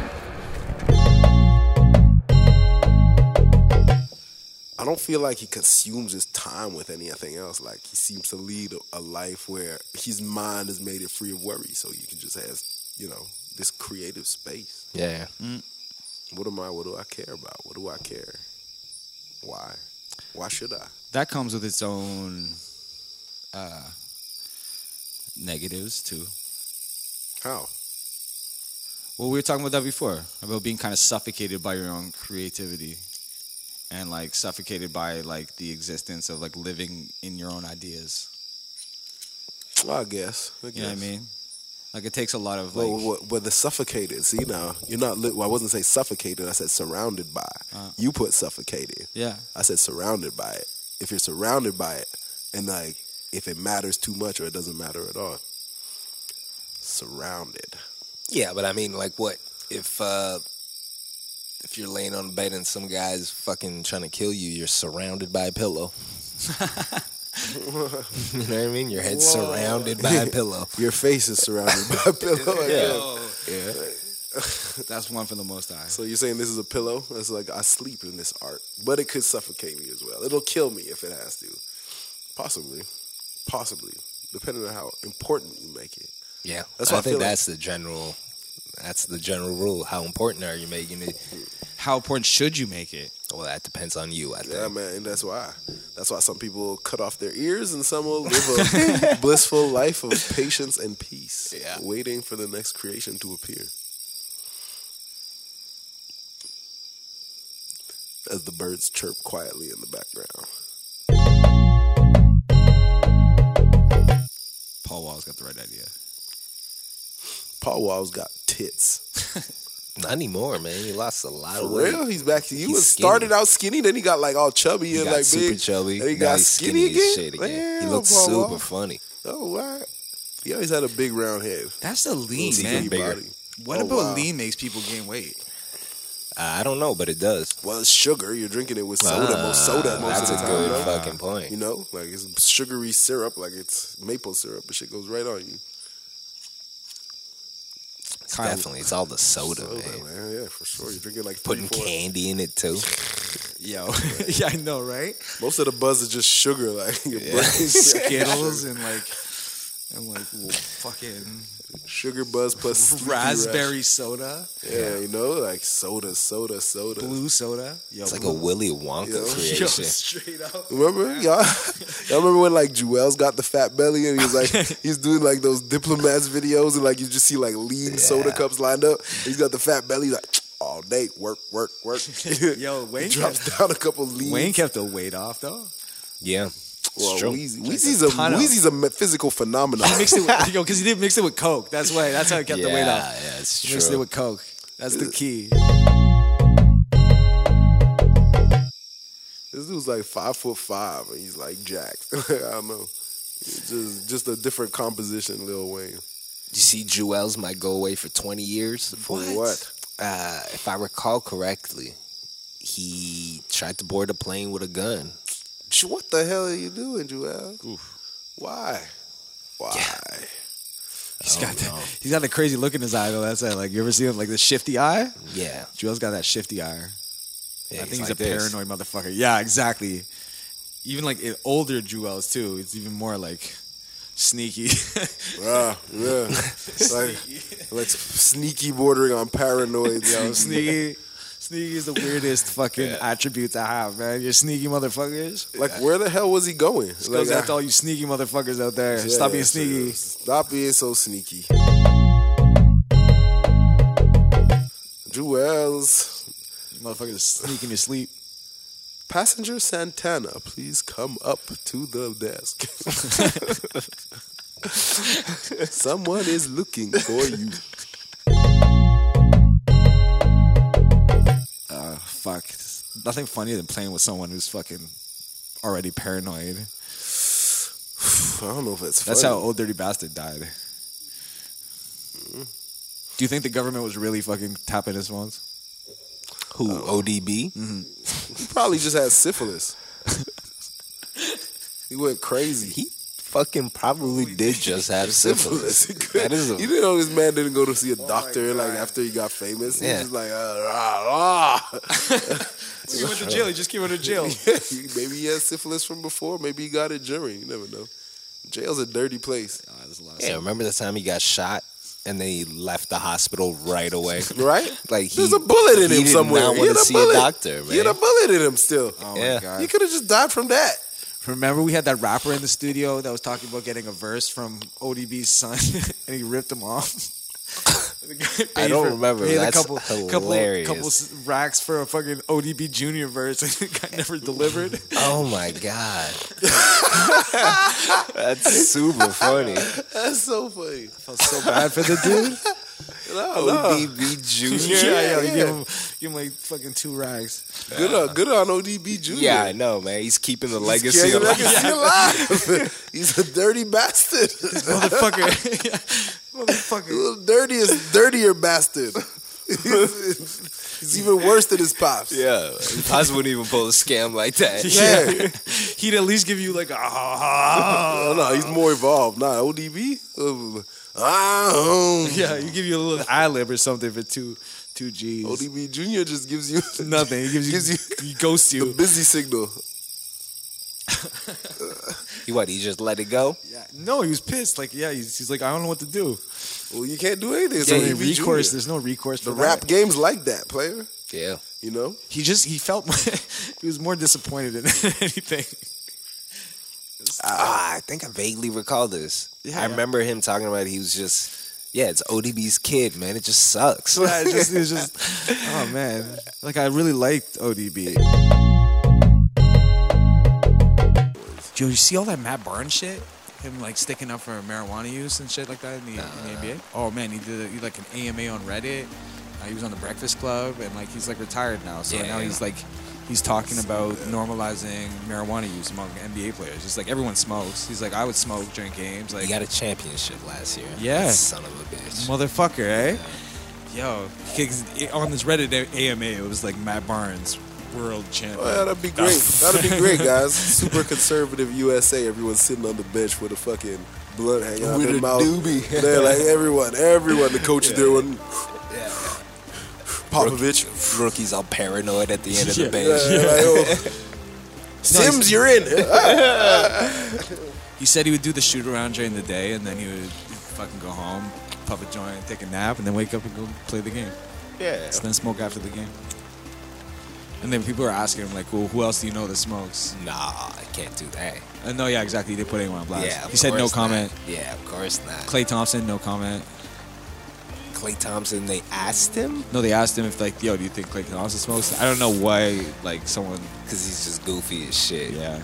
I don't feel like he consumes his time with anything else. Like he seems to lead a- a life where his mind is made it free of worry, so you can just have you know this creative space.
Yeah.
What am I? What do I care about? What do I care? Why? Why should I?
that comes with its own uh, negatives too.
How?
Well, we were talking about that before about being kind of suffocated by your own creativity, and like suffocated by like the existence of like living in your own ideas.
Well, I guess. I guess.
You know what I mean? Like it takes a lot of like.
Well, well, well, the suffocated. See now, you're not. Li- well, I wasn't say suffocated. I said surrounded by.
Uh.
you put suffocated.
Yeah,
I said surrounded by it. If you're surrounded by it, and like if it matters too much or it doesn't matter at all, surrounded.
Yeah, but I mean, like, what if uh if you're laying on the bed and some guy's fucking trying to kill you? You're surrounded by a pillow. you know what I mean? Your head's surrounded by a pillow.
Your face is surrounded by a pillow.
Oh,
yeah.
that's one for the most high.
So you're saying this is a pillow? It's like I sleep in this art, but it could suffocate me as well. It'll kill me if it has to, possibly, possibly, depending on how important you make it.
Yeah,
That's
I
what I
think
feel like.
that's the general. That's the general rule. How important are you making it?
How important should you make it?
Well, that depends on you. I think.
Yeah, man, and that's why. That's why some people cut off their ears and some will live a blissful life of patience and peace,
Yeah.
waiting for the next creation to appear. As the birds chirp quietly in the background.
Paul Wall's got the right idea.
Paul Wall's got tits.
Not anymore, man. He lost a lot
For
of weight.
real? He's back. He
He's
was
skinny.
started out skinny, then he got like all chubby
He
and
got
like
super
big.
chubby.
and he
now
got
he's
skinny
skinny
again?
as shit again. he
Damn,
looks
Paul
super
Wall.
funny.
Oh, wow. He always had a big round head.
That's the lean,
It's
man.
even bigger.
What
Oh,
about
wow.
lean makes people gain weight?
I I don't know, but it does.
Well, it's sugar. You're drinking it with soda, most soda most
Ah, That's
of
a
the time.
good
though.
fucking point.
You know, like it's sugary syrup, like it's maple syrup, but shit goes right on you.
It's definitely, it's all the soda,
So,
man.
man, yeah, for sure. You're drinking like three,
Putting
four-
candy in it too.
Yo, yeah, I know, right?
Most of the buzz is just sugar, like your buzz,
Skittles and like and like w- fucking
sugar buzz plus Sleepy
raspberry soda,
Rush. Yeah, you know, like soda, soda, soda.
blue soda. Yo,
It's like a Willy Wonka
Yo.
creation.
yo, straight up.
Remember y'all? Y'all remember when like Jewel's got the fat belly and he was like he's doing like those diplomats videos and like you just see like lean soda cups lined up. He's got the fat belly like all day work work work.
Yo, Wayne
drops down a couple lean.
Wayne kept the weight off though.
Yeah.
Well,
It's true.
Weezy,
Drinks
Weezy's
a
a
ton of-
Weezy's a me- physical phenomenon.
He mixed it with, yo, because he didn't mix it with Coke. That's why. That's how he kept
yeah,
the weight off.
Yeah, it's
He mixed it
true.
with Coke. That's the key.
This dude's like five foot five, and he's like jacked. I don't know. It's Just, just a different composition, Lil Wayne.
You see, Jewels might go away for 20 years.
For What? what?
Uh, if I recall correctly, he tried to board a plane with a gun.
J- What the hell are you doing, Joel?
Oof.
Why? Why?
He's got the, he's got the crazy look in his eye though. That's it. Like you ever seen him like the shifty eye?
Yeah.
Joel's got that shifty eye.
Yeah,
I think he's
like
a
this.
paranoid motherfucker. Yeah, exactly. Even like in older Jewels too. It's even more like sneaky.
Ah, yeah. like, like sneaky bordering on paranoid. Yo,
sneaky. Sneaky is the weirdest fucking attribute to have, man. You're sneaky motherfuckers.
Like, where the hell was he going?
Like, Goes
I-
out to all you sneaky motherfuckers out there.
Yeah,
Stop being
yeah,
sneaky.
sure. Stop being so sneaky. Jewels.
Motherfuckers sneak in your sleep.
Passenger Santana, please come up to the desk. Someone is looking for you.
Uh, fuck. There's Nothing funnier than playing with someone who's fucking already paranoid.
I don't know if it's
That's
funny.
how Old Dirty Bastard died. Do you think the government was really fucking tapping his phones?
Who? ODB?
Mm. probably just had syphilis. he went crazy.
He fucking probably did just have syphilis. That is
you
a,
didn't know this man didn't go to see
Oh
a doctor like after he got famous. He
Yeah.
was just like, uh, rah, rah.
He went to jail. He just came out of jail.
maybe he had syphilis from before. Maybe he got it during. You never know. Jail's a dirty place,
yeah, remember the time he got shot and then he left the hospital right away?
right?
Like he,
There's a bullet in
he
him
did
somewhere.
Not
He
want
had
to
a
see
bullet.
a doctor, man.
He had a bullet in him still.
Oh my
Yeah.
god.
He could have just died from that.
Remember we had that rapper in the studio that was talking about getting a verse from ODB's son, and he ripped him off. The guy paid
don't remember.
paid
That's hilarious.
Couple, couple s- racks for a fucking ODB Junior verse, and the guy never delivered.
oh my god, that's super funny.
That's so funny.
I felt so bad for the dude.
ODB Junior.
yeah, yeah,
yeah.
You give him, give him like fucking two racks.
Good on, good on ODB Jr.
Yeah, I know, man. He's keeping the
He's
legacy
carrying the
alive.
legacy alive. He's a dirty bastard.
Motherfucker. Yeah. Motherfucker.
The dirtiest, dirtier bastard. he's, he's even worse than his pops.
Yeah, Paz wouldn't even pull a scam like that.
Yeah.
He'd at least give you like a ha
Oh, no, he's more evolved. Nah, ODB. Uh, ah, um,
Yeah, you give you a little eye lib or something for two two G's.
ODB Junior just gives you
Nothing. He gives you,
Gives
he ghosts
the
you.
busy signal.
He what? He just let it go.
Yeah, no, he was pissed. Like, yeah, he's, he's like, I don't know what to do.
Well, you can't do anything. It's
So
ODB
he recourse.
Jr.
There's no recourse for
The
that.
rap game's like that, player.
Yeah.
You know.
He just he felt he was more disappointed than anything.
Ah, I think I vaguely recall this.
Yeah,
I
yeah.
remember him talking about he was just, yeah, it's ODB's kid, man. It just sucks.
Yeah, it just, it was just oh man. Like I really liked ODB. Yo, you see all that Matt Barnes shit? Him like sticking up for marijuana use and shit like that in the, in the NBA. Oh man, he did a, he like an AMA on Reddit. Uh, he was on the Breakfast Club and like he's like retired now. So
Yeah,
now
yeah.
he's like he's talking about normalizing marijuana use among NBA players. He's like everyone smokes. He's like I would smoke during games. Like
He got a championship last year.
Yeah.
Son of a bitch.
motherfucker, eh? Yo, 'cause it- on this Reddit AMA, it was like Matt Barnes, world champion.
Oh, yeah, that'd be great. That'd be great, guys. Super conservative USA. Everyone's sitting on the bench with a fucking blunt hanging out
With
their
a
mouth.
doobie.
They're like everyone, everyone. The coach is doing Popovich.
Rookies all paranoid at the end of
Yeah.
the bench.
Yeah, they're like, oh, Sims, you're in.
He said he would do the shoot around during the day, and then he would fucking go home, puff a joint, take a nap, and then wake up and go play the game.
Yeah.
So then smoke after the game. And then people are asking him like, "Well, who else do you know that smokes?"
Nah, I can't do that.
Uh, no, yeah, exactly. He did put anyone on blast.
yeah. of
he said no
course not.
comment.
Yeah, of course not.
Clay Thompson, no comment.
Clay Thompson, they asked him
No, they asked him if like, "Yo, do you think Clay Thompson smokes?" I don't know why like someone.
because he's just goofy as shit.
Yeah.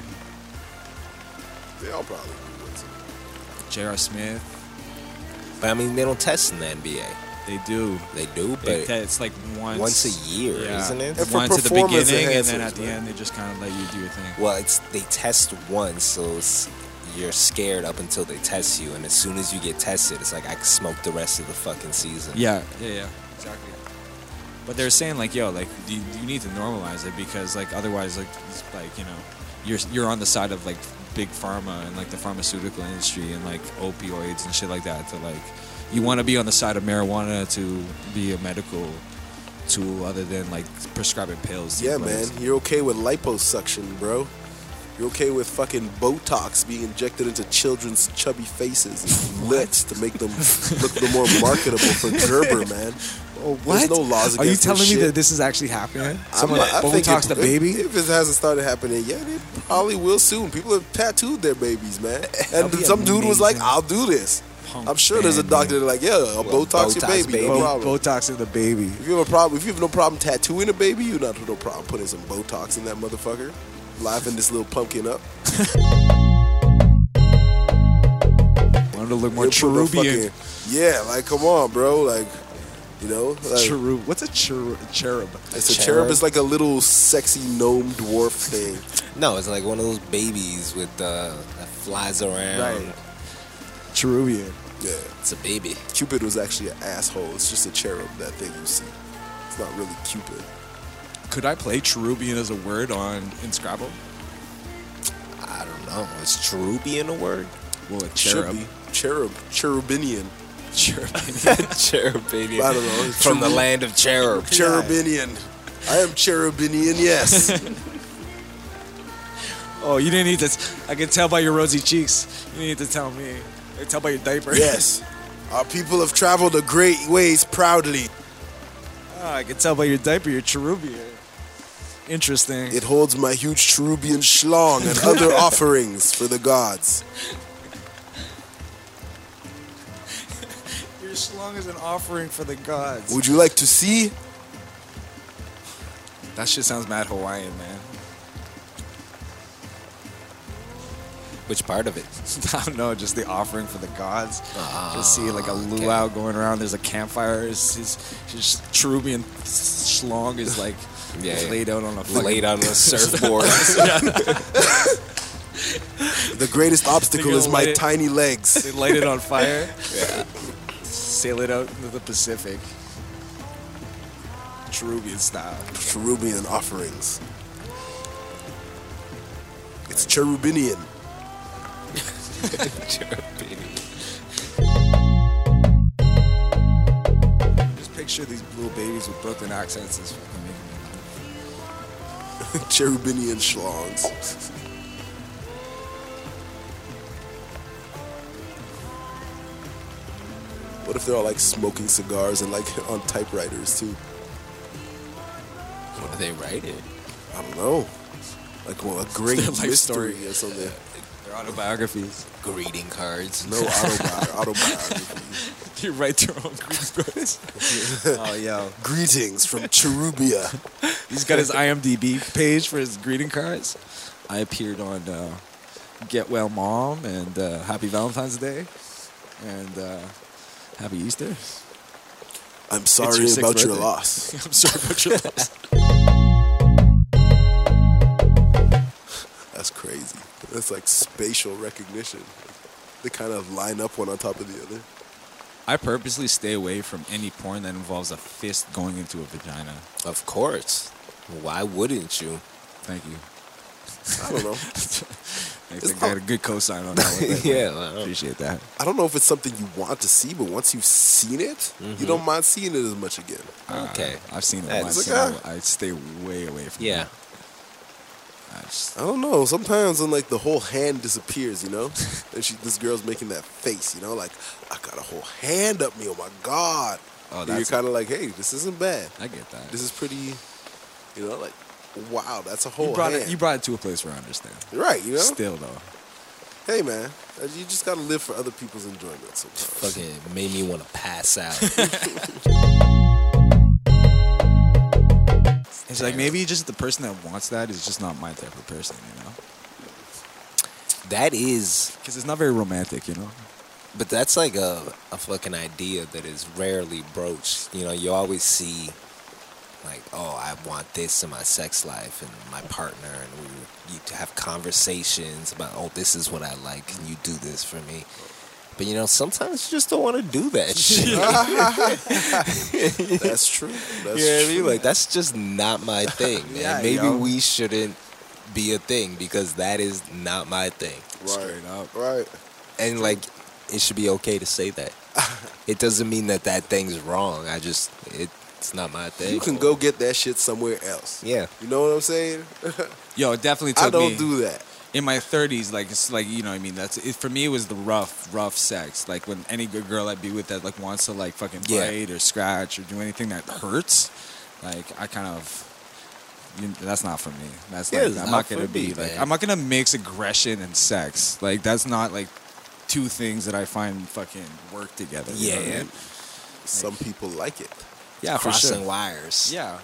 They all probably do it.
J.R. Smith.
But I mean, they don't test in the NBA.
They do.
They do,
They-
but
that- it's like once
once a year, isn't it?
And for
once at the
performance
beginning, and then
enhancers,
at the
right?
end, they just kind of let you do your thing.
Well, it's they test once, so it's, you're scared up until they test you, and as soon as you get tested, it's like I can smoke the rest of the fucking season.
Yeah, yeah, yeah, exactly. But they're saying like, yo, like you, you need to normalize it because like otherwise, like it's like you know, you're you're on the side of like big pharma and like the pharmaceutical industry and like opioids and shit like that to like you want to be on the side of marijuana to be a medical tool other than like prescribing pills. to
Yeah, man.
place.
You're okay with liposuction, bro. You're okay with fucking Botox being injected into children's chubby faces and lips to make them look the more marketable for Gerber, man.
Oh,
There's no laws
Are
against
you
this
telling me
shit.
that this is actually happening? Someone
I'm- I think
Botox
if-
the baby?
If, if it hasn't started happening yet, it probably will soon. People have tattooed their babies, man. And
be
some dude was like,
amazing.
"I'll do this."
Punk
I'm sure there's a
band,
doctor that's like, "Yeah, I'll
Well,
Botox, your
Botox
baby,
baby.
no
Bo-
problem."
Botox in the baby.
If you have a problem, if you have no problem tattooing a baby, you not have no problem putting some Botox in that motherfucker, laughing this little pumpkin up.
wanted to look more
You'll put no
cherubian.
fucking- Yeah, like come on, bro. Like, you know, like,
Cherub. What's a cheru- cherub?
it's a
cherub?
cherub is like a little sexy gnome dwarf thing.
No, it's like one of those babies with uh, that flies around.
Right. Cherubian.
Yeah,
It's a baby.
Cupid was actually an asshole. It's just a cherub that thing you see. It's not really Cupid.
Could I play cherubian as a word on in Scrabble?
I don't know. Is cherubian a word?
Well, a
Should be cherub, cherubinian,
Cherubinian.
Cherubian.
I don't know.
From the land of cherub.
cherubinian. I am cherubinian. Yes.
oh, you didn't need to. I can tell by your rosy cheeks. You didn't need to tell me. I can tell by your diaper.
Yes. Our people have traveled a great ways proudly.
Oh, I can tell by your diaper. You're cherubian. Interesting.
It holds my huge cherubian schlong and other offerings for the gods.
your schlong is an offering for the gods.
Would you like to see?
That shit sounds mad Hawaiian, man.
Which part of it?
I don't know, just the offering for the gods.
Ah,
just see like a luau going around. There's a campfire. It's, it's just Cherubian schlong is like
Yeah, yeah.
laid out on a fucking
Laid on a surfboard.
The greatest obstacle
gonna
is my
light it.
tiny legs.
They light it on fire. Sail it out into the Pacific. Cherubian style.
Cherubian offerings. It's cherubinian.
cherubian.
Just picture these little babies with Brooklyn accents. Is fucking making me
cherubinian schlongs. What if they're all like smoking cigars and like on typewriters too?
What do they write it?
I don't know. Like well, a great
Their life
mystery
story.
or something.
their autobiographies.
Greeting cards.
No autobi- autobiography.
They write their own Greek stories. oh, yo.
Greetings from Cherubia.
He's got his IMDb page for his greeting cards. I appeared on uh, Get Well Mom and uh, Happy Valentine's Day and uh, Happy Easter.
I'm
It's
sorry
your sixth
about your
birthday.
loss.
I'm sorry about your loss.
That's crazy. That's like spatial recognition. They kind of line up one on top of the other.
I purposely stay away from any porn that involves a fist going into a vagina.
Of course. Why wouldn't you?
Thank you.
I don't know.
I think I got a good cosign on that one.
Yeah, well,
Appreciate that.
I don't know if it's something you want to see, but once you've seen it,
Mm-hmm.
you don't mind seeing it as much again.
Okay.
Uh, I've seen it
That's
once.
okay.
and I, I stay way away from
Yeah.
that. I just-
I don't know. Sometimes when like the whole hand disappears, you know, and she, this girl's making that face, you know, like I got a whole hand up me. Oh my god!
Oh,
And
that's-
you're kind of like, hey, this isn't bad.
I get that.
This is pretty, you know, like wow, that's a whole
you, brought
hand.
it, you brought it to a place where I understand.
right, you know.
Still, though.
Hey man, uh, you just gotta live for other people's enjoyment sometimes.
Fucking made me want to pass out.
It's like maybe just the person that wants that is just not my type of person, you know?
that is,
Because it's not very romantic, you know?
but that's like a, a fucking idea that is rarely broached. You know, you always see, like, oh, I want this in my sex life and my partner, and we you have conversations about, oh, this is what I like, and you do this for me. But you know, sometimes you just don't want to do that shit. you know what
That's true. That's
I
true.
mean? Like, that's just not my thing, man.
Yeah,
Maybe
yo.
we shouldn't be a thing because that is not my thing.
right.
Straight up.
Right.
and like it should be okay to say that. It doesn't mean that that thing's wrong. I just it, it's not my thing.
You can go get that shit somewhere else.
Yeah.
You know what I'm saying?
Yo, it definitely took
I don't
me
do that.
in my 30s. Like it's like you know what I mean. That's it, for me. It was the rough, rough sex. Like when any good girl I'd be with that like wants to like fucking
Yeah.
bite or scratch or do anything that hurts. Like I kind of. You, that's not for me. That's
Yeah,
like,
it's
I'm
not
not
for
gonna be
me,
like
man.
I'm not gonna mix aggression and sex. Like that's not like two things that I find fucking work together. you know what I
Yeah.
mean?
Some people like it.
yeah, for
Crossing
sure.
wires.
Yeah,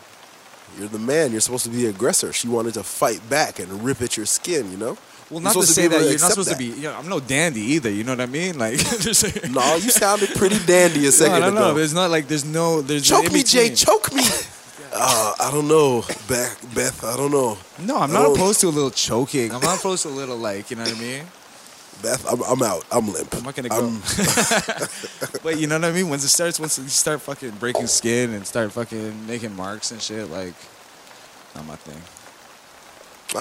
You're the man. You're supposed to be the aggressor. She wanted to fight back and rip at your skin. You know.
Well,
You're
not to
supposed be
say
able
that you're
accept
not supposed to be. Yeah, I'm no dandy either. You know what I mean? Like, there's like
No, you sounded pretty dandy a
no,
second
no, no.
ago.
There's not like there's no there's no
choke me, Jay.
in-between.
Choke me. Uh, I don't know, Beth. Beth, I don't know.
No, I'm not
Oh.
opposed to a little choking. I'm not opposed to a little like you know what I mean.
Beth, I'm, I'm out. I'm limp.
I'm not gonna go.
Um.
but you know what I mean. Once it starts, once you start fucking breaking skin and start fucking making marks and shit, like not my thing.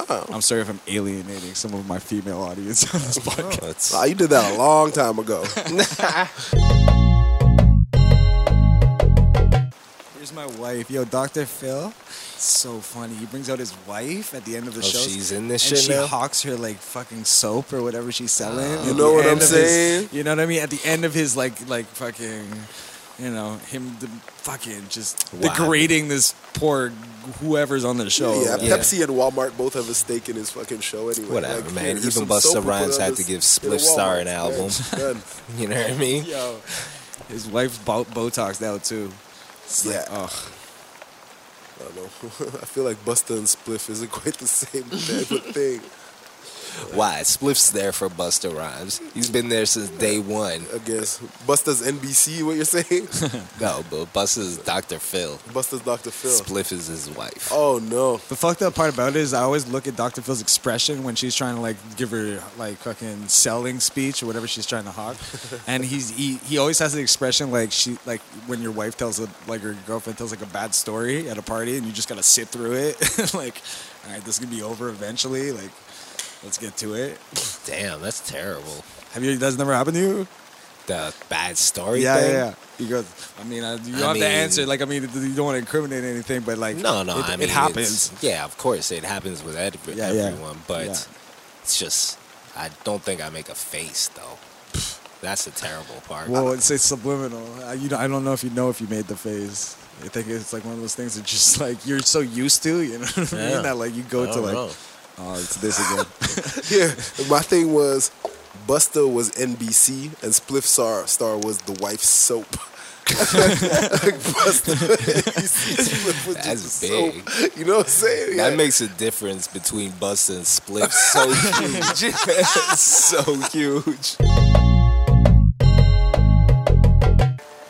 Wow.
I'm sorry if I'm alienating some of my female audience on this podcast.
It's-
Wow, you did that a long time ago.
Here's my wife, yo, Doctor Phil. So funny. He brings out his wife at the end of the
oh,
show.
she's in this
and
shit
she
now. Ah.
hawks her like fucking soap or whatever she's selling.
You
At
know
the
what
end
I'm
of his-
saying?
you know what I mean? At the end of his like like fucking, you know him the fucking just
Wow.
degrading this poor whoever's on the show.
yeah,
yeah.
Pepsi and Walmart both have a stake in his fucking show anyway.
Whatever, man.
here's
Even
some
Busta
soap, we'll put
Rhymes
on
had to
this-
give
in a
Split Star
Walmart.
an album.
Done. Done.
You know what I mean?
Yo, his wife's bo- Botox out too. It's
Yeah.
Like, oh,
I don't know. I feel like Busta and Spliff isn't quite the same type of thing.
Why? Spliff's there for Buster Rhymes. He's been there since day one.
I guess Busta's NBC. What you're saying?
No, but Buster's Dr. Phil.
Busta's Dr. Phil.
Spliff is his wife.
Oh no.
the fucked up part about it is I always look at Dr. Phil's expression when she's trying to like give her like fucking selling speech or whatever she's trying to hawk, and he's he, he always has the expression like she like when your wife tells a, like her girlfriend tells like a bad story at a party and you just gotta sit through it, like all right this is gonna be over eventually like let's get to it.
Damn, that's terrible.
Have you that's never happened to you?
The bad story
yeah,
thing?
yeah, yeah. He goes. I mean, I, you
I
don't have
mean-
to answer. Like I mean, you don't want to incriminate anything, but like
No, no,
it,
I mean
it
it's-
happens.
Yeah, of course it happens with ed-
Yeah, yeah.
everyone, but
Yeah.
it's just I don't think I make a face though. That's the terrible part.
Well, it's, it's subliminal. I, you know, I don't know if you know if you made the face. I think it's like one of those things that just like you're so used to, you know what I mean?
Yeah.
That like you
I
go to
don't
like,
know.
oh, it's this again.
Yeah. My thing was, Busta was NBC and Spliff Star, Star was the wife's soap. like Busta, NBC, Spliff was
That's
just the
big.
soap. You know what I'm saying?
That
Yeah.
makes a difference between Busta and Spliff so huge. so huge.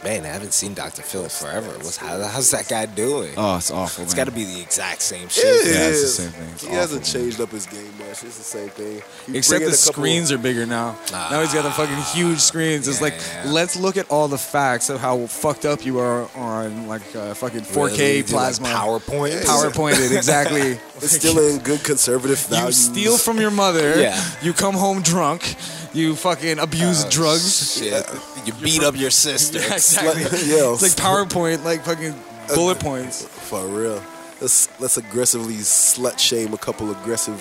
Man, I haven't seen Dr. Phil in forever. What's, how, how's that guy doing?
oh, it's awful.
it's got to be the exact same
It
shit.
Yeah, it's the
is.
same thing. It's
he hasn't
awful, man.
changed up his game much. It's the same thing. You
Except
bring in
the
a couple-
screens are bigger now. now he's got the fucking huge screens. it's
yeah,
like,
yeah.
let's look at all the facts of how fucked up you are on like uh, fucking 4K
Really, do, like,
plasma.
PowerPoint.
PowerPointed, exactly.
It's still in good conservative
You
values.
steal from your mother.
Yeah.
You come home drunk. You fucking abuse drugs.
Shit. You beat up your sister.
Yeah, exactly.
Yeah.
It's like PowerPoint, like fucking bullet points.
For real. Let's let's aggressively slut shame a couple aggressive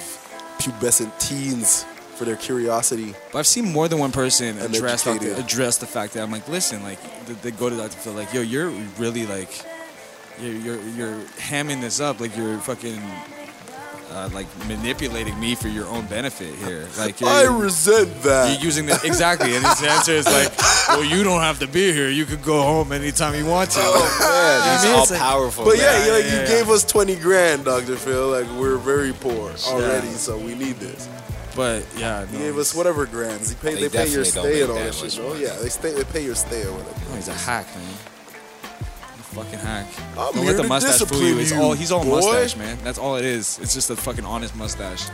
pubescent teens for their curiosity.
But I've seen more than one person
And
address Dr.
educated.
address the fact that I'm like, listen, like th- they go to Dr. Phil, like, yo, you're really like, you're you're, you're hamming this up, like you're fucking. Uh, like manipulating me for your own benefit here. Like you're,
I
you're-
resent that.
you're using the exactly, and his answer is like, "Well, you don't have to be here. You could go home anytime you want to."
He's
mean,
all
it's like-
powerful.
But yeah,
man.
you like
yeah,
you
yeah.
gave us twenty grand, Doctor Phil. Like we're very poor already, so we need this.
But yeah,
He
no,
gave us whatever grants. He paid.
They
They, pay your
definitely don't
stay
make
and all
that
that
much
shit. Oh
money.
yeah, they stay. They pay your stay or whatever.
Oh, he's a hack, man. A fucking hack.
I'm
Don't
here
let the
to
mustache fool
discipline
you. It's all
you,
he's all
boy.
mustache, man. That's all it is. It's just a fucking honest mustache.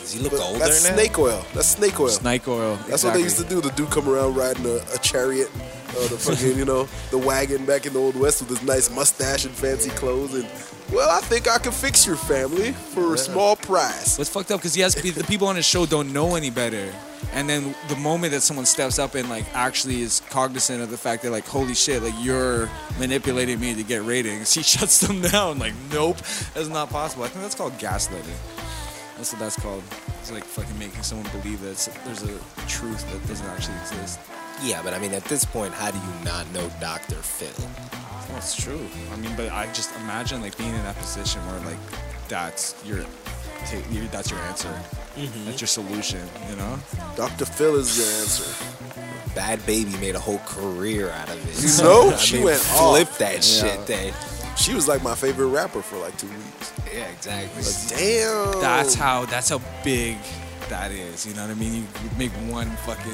Does he look
But
older
that's
now?
snake oil. That's snake oil.
Snake oil.
That's what they used to do. The dude come around riding a, a chariot Oh, the fucking, you know, the wagon back in the old west with his nice mustache and fancy clothes, and well, I think I can fix your family for a small price.
What's fucked up because he has the people on his show don't know any better, and then the moment that someone steps up and like actually is cognizant of the fact that like holy shit, like you're manipulating me to get ratings, he shuts them down. Like nope, that's not possible. I think that's called gaslighting. That's what that's called. It's like fucking making someone believe that it's- there's a truth that doesn't actually exist.
Yeah, but I mean, at this point, how do you not know Dr. Phil?
Well, it's true. I mean, but I just imagine like being in that position where like that's your ta- you- that's your answer.
Mm-hmm.
That's your solution, you know?
Dr. Phil is your answer.
Bad Baby made a whole career out of it.
You
So,
know?
I
She
mean,
went
flip
off.
that
Yeah.
shit. That
She was like my favorite rapper for like two weeks.
yeah, exactly.
Like, damn.
That's how that's how big that is. You know what I mean? You you make one fucking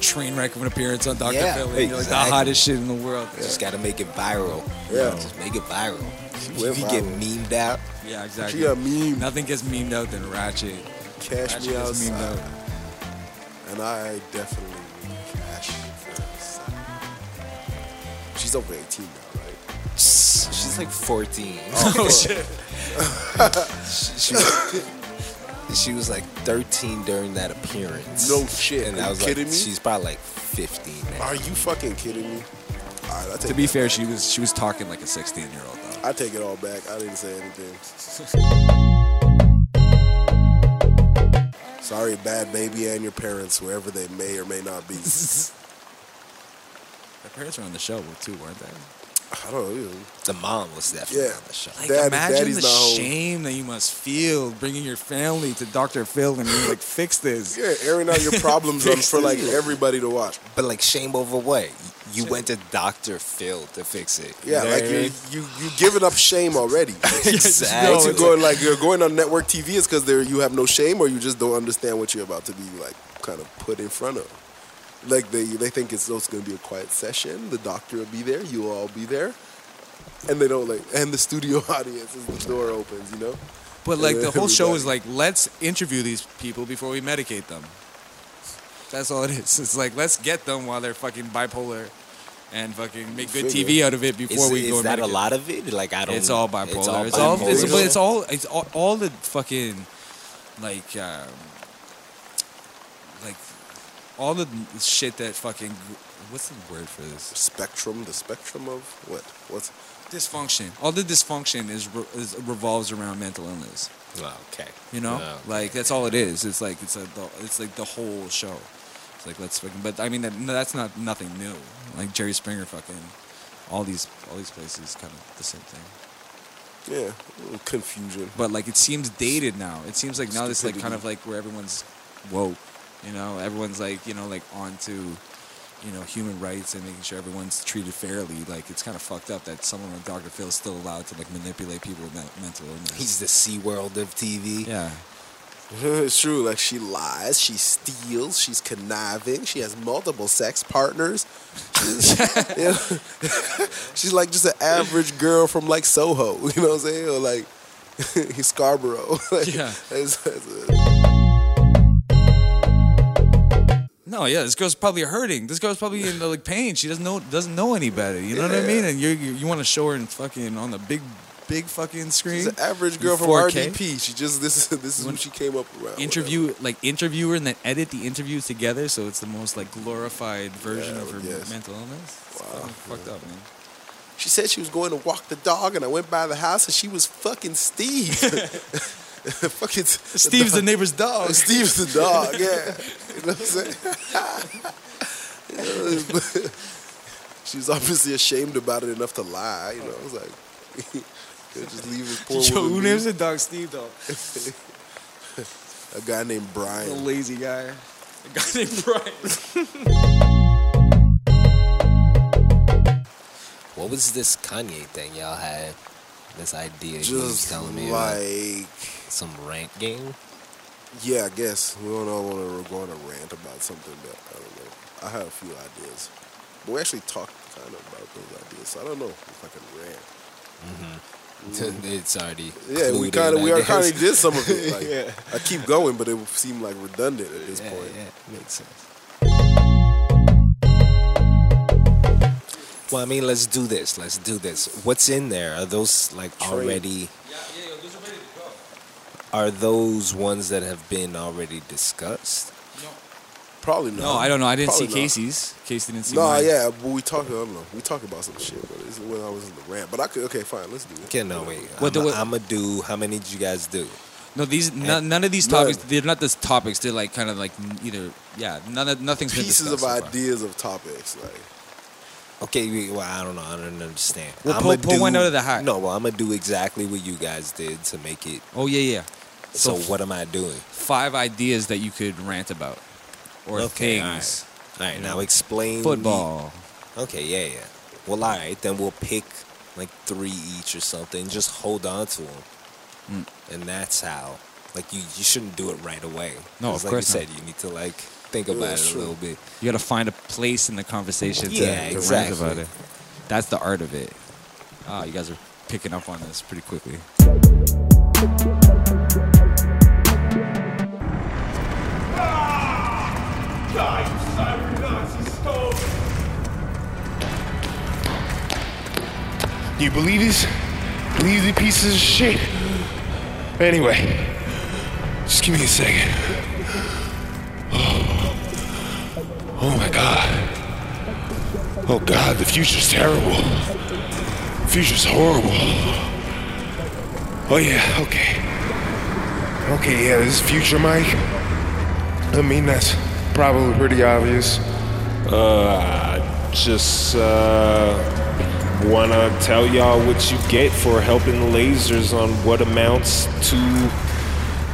train wreck of an appearance on Dr.
Yeah,
Phil and you're like the
exactly.
hottest shit in the world.
Just gotta make it viral.
Yeah.
just make it viral. If
went
you get
viral.
memed out,
Yeah, exactly.
She got meme.
Nothing gets memed out than Ratchet.
Cash
Ratchet
me
gets memed
outside.
out.
And I definitely need cash for this. She's over 18 now, right?
she's like 14.
Oh shit.
she, was, she was like 13 during that appearance.
No shit.
And
Are
I
you
was
kidding
like,
me?
she's probably like 15 now.
Are you fucking kidding me? All right, I take
to be
that
fair, she was she was talking like a 16 year old though.
I take it all back. I didn't say anything. Sorry, bad baby, and your parents, wherever they may or may not be.
Her parents were on the show too, weren't they?
I don't know.
The mom was definitely
Yeah.
on the show.
Like,
Dad-
imagine
daddy's
the
not home.
shame that you must feel bringing your family to Dr. Phil and being like, fix this.
You're airing out your problems on for like everybody to watch.
But like shame over what? You went to Dr. Phil to fix it. You
Yeah,
know
like
what I
you
mean?
you you giving up shame already.
exactly.
Once you going like you're going on network TV, it's because there you have no shame or you just don't understand what you're about to be like kind of put in front of. Like they they think it's oh, it's going to be a quiet session. The doctor will be there. You will all be there, and they don't like and the studio audience as the door opens. You know,
But like the whole show is
Everybody.
like, let's interview these people before we medicate them. That's all it is. It's like let's get them while they're fucking bipolar and fucking make good
Figure.
TV out of it before
is,
we
is
go and
that a
medicate
lot of it? Like I don't.
It's all bipolar. It's all, it's
bipolar.
it's, but
bipolar.
it's all it's all, all the fucking like um, like all the shit that fucking what's the word for this?
spectrum. The spectrum of what what's
dysfunction. All the dysfunction is, re- is revolves around mental illness.
Well, okay.
You know,
Oh.
like that's all it is. It's like it's a the- it's like the whole show. It's like let's fucking. But I mean, that, no, that's not nothing new. Like Jerry Springer, fucking, all these all these places kind of the same thing.
yeah mm, confusion.
But like it seems dated now. It seems like now this like
Stupidity.
kind of like where everyone's woke. You know, everyone's like you know like onto. You know, human rights and making sure everyone's treated fairly. Like it's kind of fucked up that someone like Dr. Phil is still allowed to like manipulate people with men- mental illness.
He's the Sea World of TV.
Yeah.
it's true. Like she lies, she steals, she's conniving, she has multiple sex partners. You know? she's like just an average girl from like Soho. You know what I'm saying? Or like Scarborough. Like,
Yeah.
it's- it's-
No, yeah, this girl's probably hurting. This girl's probably in like pain. She doesn't know doesn't know any better. You know what I
Yeah.
mean? And you you, you want to show her in fucking on the big big fucking screen.
she's an average girl from
4K?
RDP. She just this is this is who she came up around.
Interview like interview her and then edit the interviews together, so it's the most like glorified version
Yeah, I
of her
would guess.
mental illness. It's
Wow.
Oh,
fucking fucked up, man.
She said she was going to walk the dog, and I went by the house, and she was fucking Steve. fucking
Steve's the neighbor's
Oh,
dog.
Steve's the dog, yeah. You know what I'm saying? You know, but she was obviously ashamed about it enough to lie, you know. I was like, just leave this poor
Yo, who
woman
names
be.
the dog Steve though?
A guy named
The
Brian.
lazy guy. A guy named Brian.
What was this Kanye thing y'all had? This idea he was
Just
telling me about
like,
some rank game.
yeah, I guess we don't all want to go on a rant about something, but I don't know. I have a few ideas. But we actually talked kind of about those ideas, so I don't know if I can rant.
it's already.
Mm-hmm. Yeah, we
included,
kind of
I
we are
guess.
kind of did some of it. Like, I keep going, but it would seem like redundant at this
Yeah,
point.
yeah, makes sense. Well, I mean, let's do this. Let's do this. What's in there? Are those like
Trade.
already? Are those ones that have been already discussed?
Probably not.
No, I don't know. I didn't
Probably
see
not.
Casey's. Casey didn't see
No,
mine.
yeah, but we talk. I don't know. We talk about some shit, but it's when I was in the rant. But I could. Okay, fine. Let's do it.
Can no wait.
What
I'm
the- what-
gonna do. How many did you guys do?
No, these none, none of these
None.
topics. They're not those topics. They're like kind of like n- either yeah. None of nothing's been
Pieces
discussed
of
so far.
ideas of topics. Like
Okay, we- well, I don't know. I don't understand.
Well,
I'ma
pull- pull one
do-
out of the hat.
No, well, I'm gonna do exactly what you guys did to make it.
Oh yeah, yeah.
So,
So-
what am I doing?
Five ideas that you could rant about or
Okay, all right.
things.
All right, now explain
Football.
Okay, yeah, yeah. Well, all right, then we'll pick like three each or something. Just hold on to them,
Mm.
and that's how. Like you, you shouldn't do it right away.
No,
'Cause
of
like
course
you
not.
said you need to like think
Yeah,
about
that's
it a
true.
little bit.
You got to find a place in the conversation to,
Yeah,
to
exactly.
rant about it. That's the art of it. Ah, you guys are picking up on this pretty quickly.
Do you believe these? Believe these pieces of shit? Anyway, just give me a second. Oh, Oh my god. Oh god, the future's terrible. future's horrible. Oh yeah, okay. Okay, yeah, this is future Mike. I mean, that's probably pretty obvious. Uh, just, uh wanna tell y'all what you get for helping lasers on what amounts to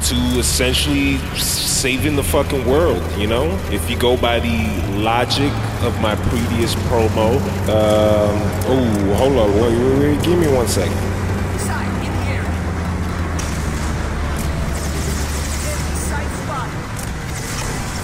to essentially saving the fucking world you know if you go by the logic of my previous promo um, oh hold on wait, wait, wait, give me one second
Sight in the air. Sight spotted.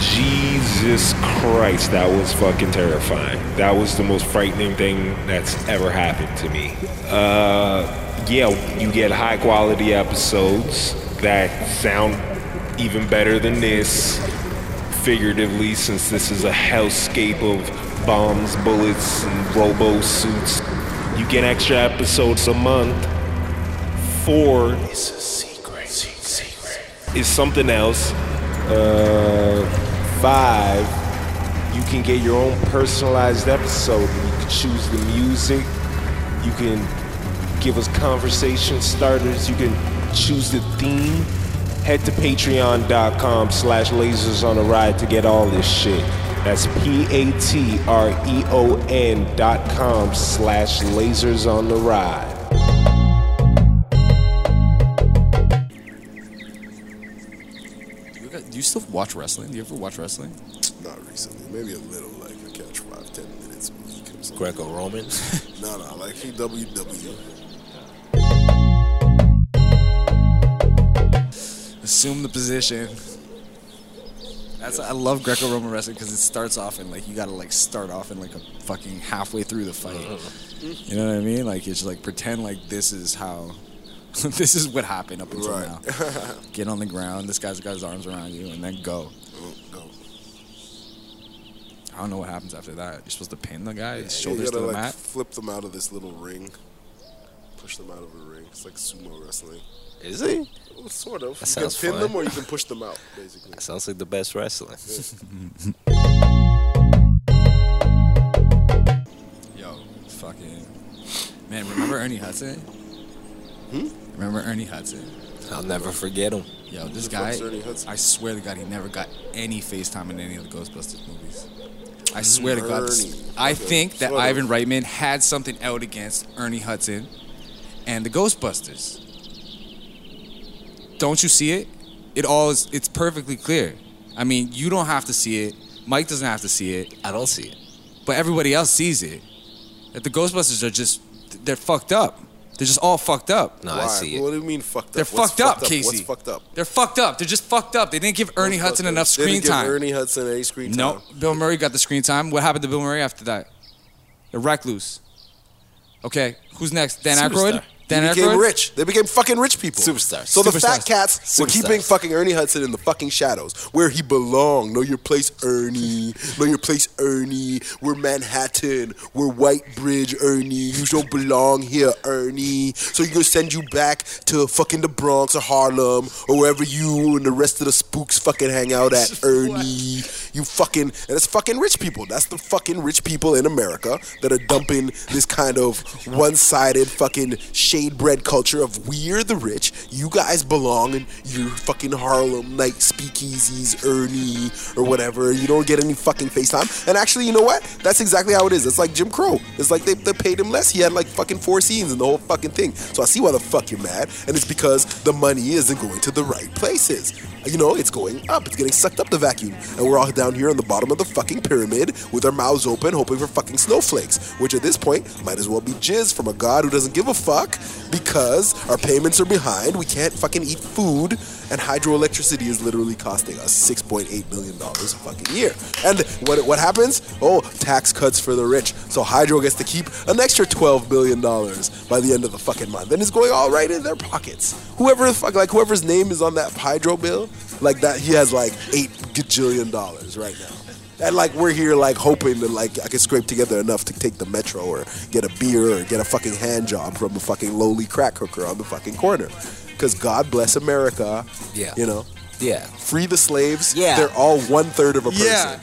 jesus christ that was fucking terrifying that was the most frightening thing that's ever happened to me uh, yeah you get high quality episodes that sound even better than this figuratively since this is a hellscape of bombs, bullets, and robo suits. You get extra episodes a month. Four is a secret. Secret is something else. Uh, five, you can get your own personalized episode. You can choose the music. You can give us conversation starters. You can choose the theme. Head to patreon.com slash lasers on a ride to get all this shit. That's P-A-T-R-E-O-N E dot com slash lasers on the ride.
You, guys, do you still watch wrestling? Do you ever watch wrestling?
not recently. Maybe a little. Like I catch five, ten minutes a week. Or something.
Greco Roman.
No, no. Like he E. WW.
Assume the position. That's I love Greco-Roman wrestling because it starts off and like you gotta like start off in like a fucking halfway through the fight.
Uh-huh.
You know what I mean? Like it's like pretend like this is how, this is what happened up until
Right.
now. Get on the ground. This guy's got his arms around you, and then go.
Oh, no.
I don't know what happens after that. You're supposed to pin the guy, his
You
shoulders
gotta
to the
like
mat.
flip them out of this little ring. Push them out of a ring. It's like sumo wrestling.
Is he?
Well, sort of. you can
sounds
pin
fun.
them or you can push them out, basically.
Sounds like the best wrestling.
Yo, fucking man! Remember Ernie Hudson?
Hmm?
Remember Ernie Hudson?
I'll never forget him.
Yo, this
the fuck's
guy,
Ernie Hudson?
I swear to God, he never got any FaceTime in any of the Ghostbusters movies. I swear to God. this-
Ernie.
I
Okay,
think that
sort of.
Ivan Reitman had something out against Ernie Hudson and the Ghostbusters. Don't you see it? It all is, it's perfectly clear. I mean, you don't have to see it. Mike doesn't have to see it,
I don't see it.
but everybody else sees it. That the Ghostbusters are just, they're fucked up. They're just all fucked up.
No,
Why?
I see
What
it.
do you mean fucked up?
They're
What's
fucked up, Casey.
What's fucked up?
They're fucked up. They're just fucked up. They didn't give Ernie Hudson enough
They didn't
screen
give
time.
Ernie Hudson any screen time.
No, Bill Murray got the screen time. What happened to Bill Murray after that? A recluse. Okay, who's next? Dan Aykroyd.
Superstar.
Dan
they became
Aykroyd?
rich. They became fucking rich people.
Superstars.
So the fat
Superstars.
cats were
Superstars.
keeping fucking Ernie Hudson in the fucking shadows, where he belonged. Know your place, Ernie. Know your place, Ernie. We're Manhattan. We're White Bridge, Ernie. You don't belong here, Ernie. So you're gonna send you back to fucking the Bronx or Harlem or wherever you and the rest of the spooks fucking hang out at, Ernie. You fucking and it's fucking rich people. That's the fucking rich people in America that are dumping this kind of one-sided fucking shade bread culture of we're the rich, you guys belong in your fucking Harlem night speakeasies, Ernie or whatever. You don't get any fucking FaceTime. And actually, you know what? That's exactly how it is. It's like Jim Crow. It's like they, they paid him less. He had like fucking four scenes in the whole fucking thing. So I see why the fuck you're mad, and it's because the money isn't going to the right places. You know, it's going up. It's getting sucked up the vacuum, and we're all down here on the bottom of the fucking pyramid with our mouths open, hoping for fucking snowflakes. Which at this point might as well be jizz from a god who doesn't give a fuck because our payments are behind. We can't fucking eat food, and hydroelectricity is literally costing us six point eight million dollars a fucking year. And what what happens? Oh, tax cuts for the rich. So hydro gets to keep an extra twelve billion dollars by the end of the fucking month, and it's going all right in their pockets. Whoever the fuck like whoever's name is on that hydro bill, like that he has like eight gajillion dollars right now. And like we're here, like hoping that like I can scrape together enough to take the metro or get a beer or get a fucking hand job from a fucking lowly crack hooker on the fucking corner. Cause God bless America.
Yeah.
You know,
Yeah.
free the slaves.
Yeah.
They're all one third of a person.
Yeah.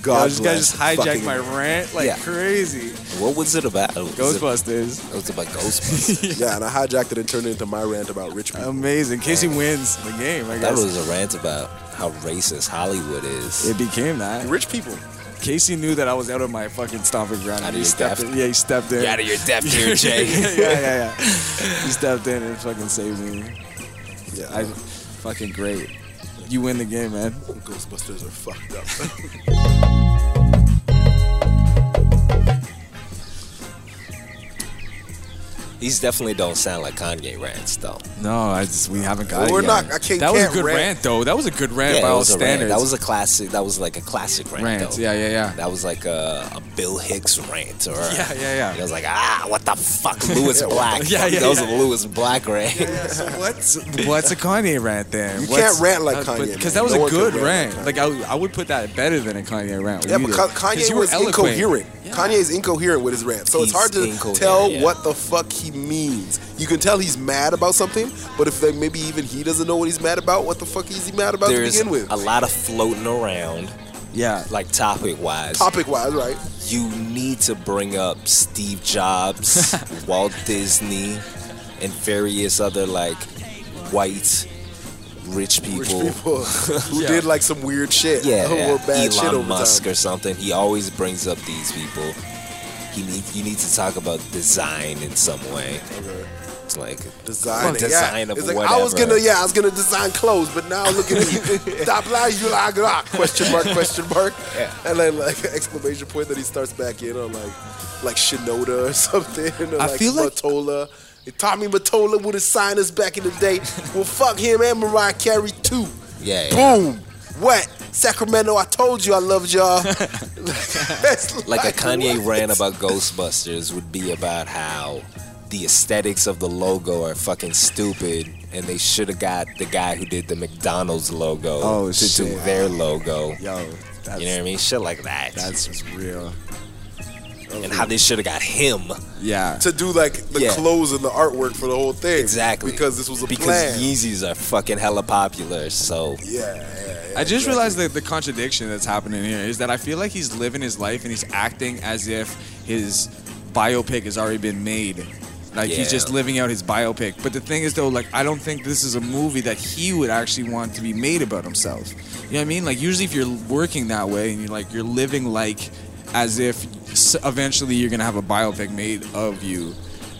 God
you guys
bless.
just hijacked
fucking-
my rant like
Yeah.
crazy.
What was it about? Was It,
Ghostbusters.
it was about Ghostbusters.
Yeah, and I hijacked it and turned it into my rant about rich people.
Amazing. Casey wins the game, I
that
guess.
was a rant about how racist Hollywood is.
it became that.
rich people.
Casey knew that I was out of my fucking stomping ground.
Out
and
of
he
your
stepped
depth.
in. Yeah, he stepped in.
Get out of your depth here,
yeah,
Jay.
yeah, yeah. He stepped in and fucking saved me.
Yeah.
I fucking great. You win the game, man.
Ghostbusters are fucked up.
These definitely don't sound like Kanye rants, though.
No, I just we haven't got. it
We're
yet.
not- I can't-
That was a
can't
good
rant.
rant. though. That was a good rant by
it
all
was a rant.
standards.
That was a classic. That was like a classic rant.
Rant,
though.
yeah, yeah, yeah.
That was like a, a Bill Hicks rant, or
Yeah, yeah, yeah.
It was like, ah, what the fuck, Lewis Black.
Yeah, yeah,
That was a
yeah.
Lewis Black rant.
So what's what's a Kanye rant then?
You
What's-
can't rant like
uh,
Kanye,
but-
man.
that was
No
a
one can
good
rant
rant. Like I, I would put that better than a Kanye rant.
Yeah, but
You did.
Ka-
'Cause
Kanye
you were
was
eloquent.
incoherent.
Yeah.
Kanye is incoherent with his rant, so it's
He's
hard to
incoherent,
tell
yeah.
what the fuck he means. You can tell he's mad about something, but if they, maybe even he doesn't know what he's mad about, what the fuck is he mad about
There's
to begin with?
a lot of floating around,
Yeah,
like topic wise.
Topic wise, right?
you need to bring up Steve Jobs, Walt Disney, and various other like white rich
Rich
people.
people who did like some weird shit.
Yeah,
who were bad shit over
Elon Musk
time.
or something. He always brings up these people. He need you need to talk about design in some way. It's like
Design,
design
yeah.
of
it's like,
whatever.
I was gonna, yeah, I was gonna design clothes, but now look at me. Stop lying, you like ah, question mark, question mark,
Yeah.
and then like exclamation point. Then he starts back in on like, like Shinoda or something. Or
I
like
feel like-
Mottola. Tommy Mottola would have signed us back in the day. well, fuck him and Mariah Carey too.
Yeah, yeah.
Boom. What? Sacramento, I told you I loved y'all. That's
like a Kanye
what?
rant about Ghostbusters would be about how the aesthetics of the logo are fucking stupid and they should have got the guy who did the McDonald's logo
Oh,
to do
shit.
their logo.
yo, that's
you know what I mean? Shit like that.
that's just real.
And how they should have got him.
Yeah,
To do like the
Yeah.
clothes and the artwork for the whole thing.
Exactly.
Because this was a
Because
plan.
Yeezys are fucking hella popular. So
Yeah, yeah, yeah.
I just realized that the contradiction that's happening here is that I feel like he's living his life and he's acting as if his biopic has already been made. Like he's just
Yeah.
living out his biopic. But the thing is though, like I don't think this is a movie that he would actually want to be made about himself. You know what I mean? Like usually if you're working that way and you're like you're living like as if s- eventually you're gonna have a biopic made of you.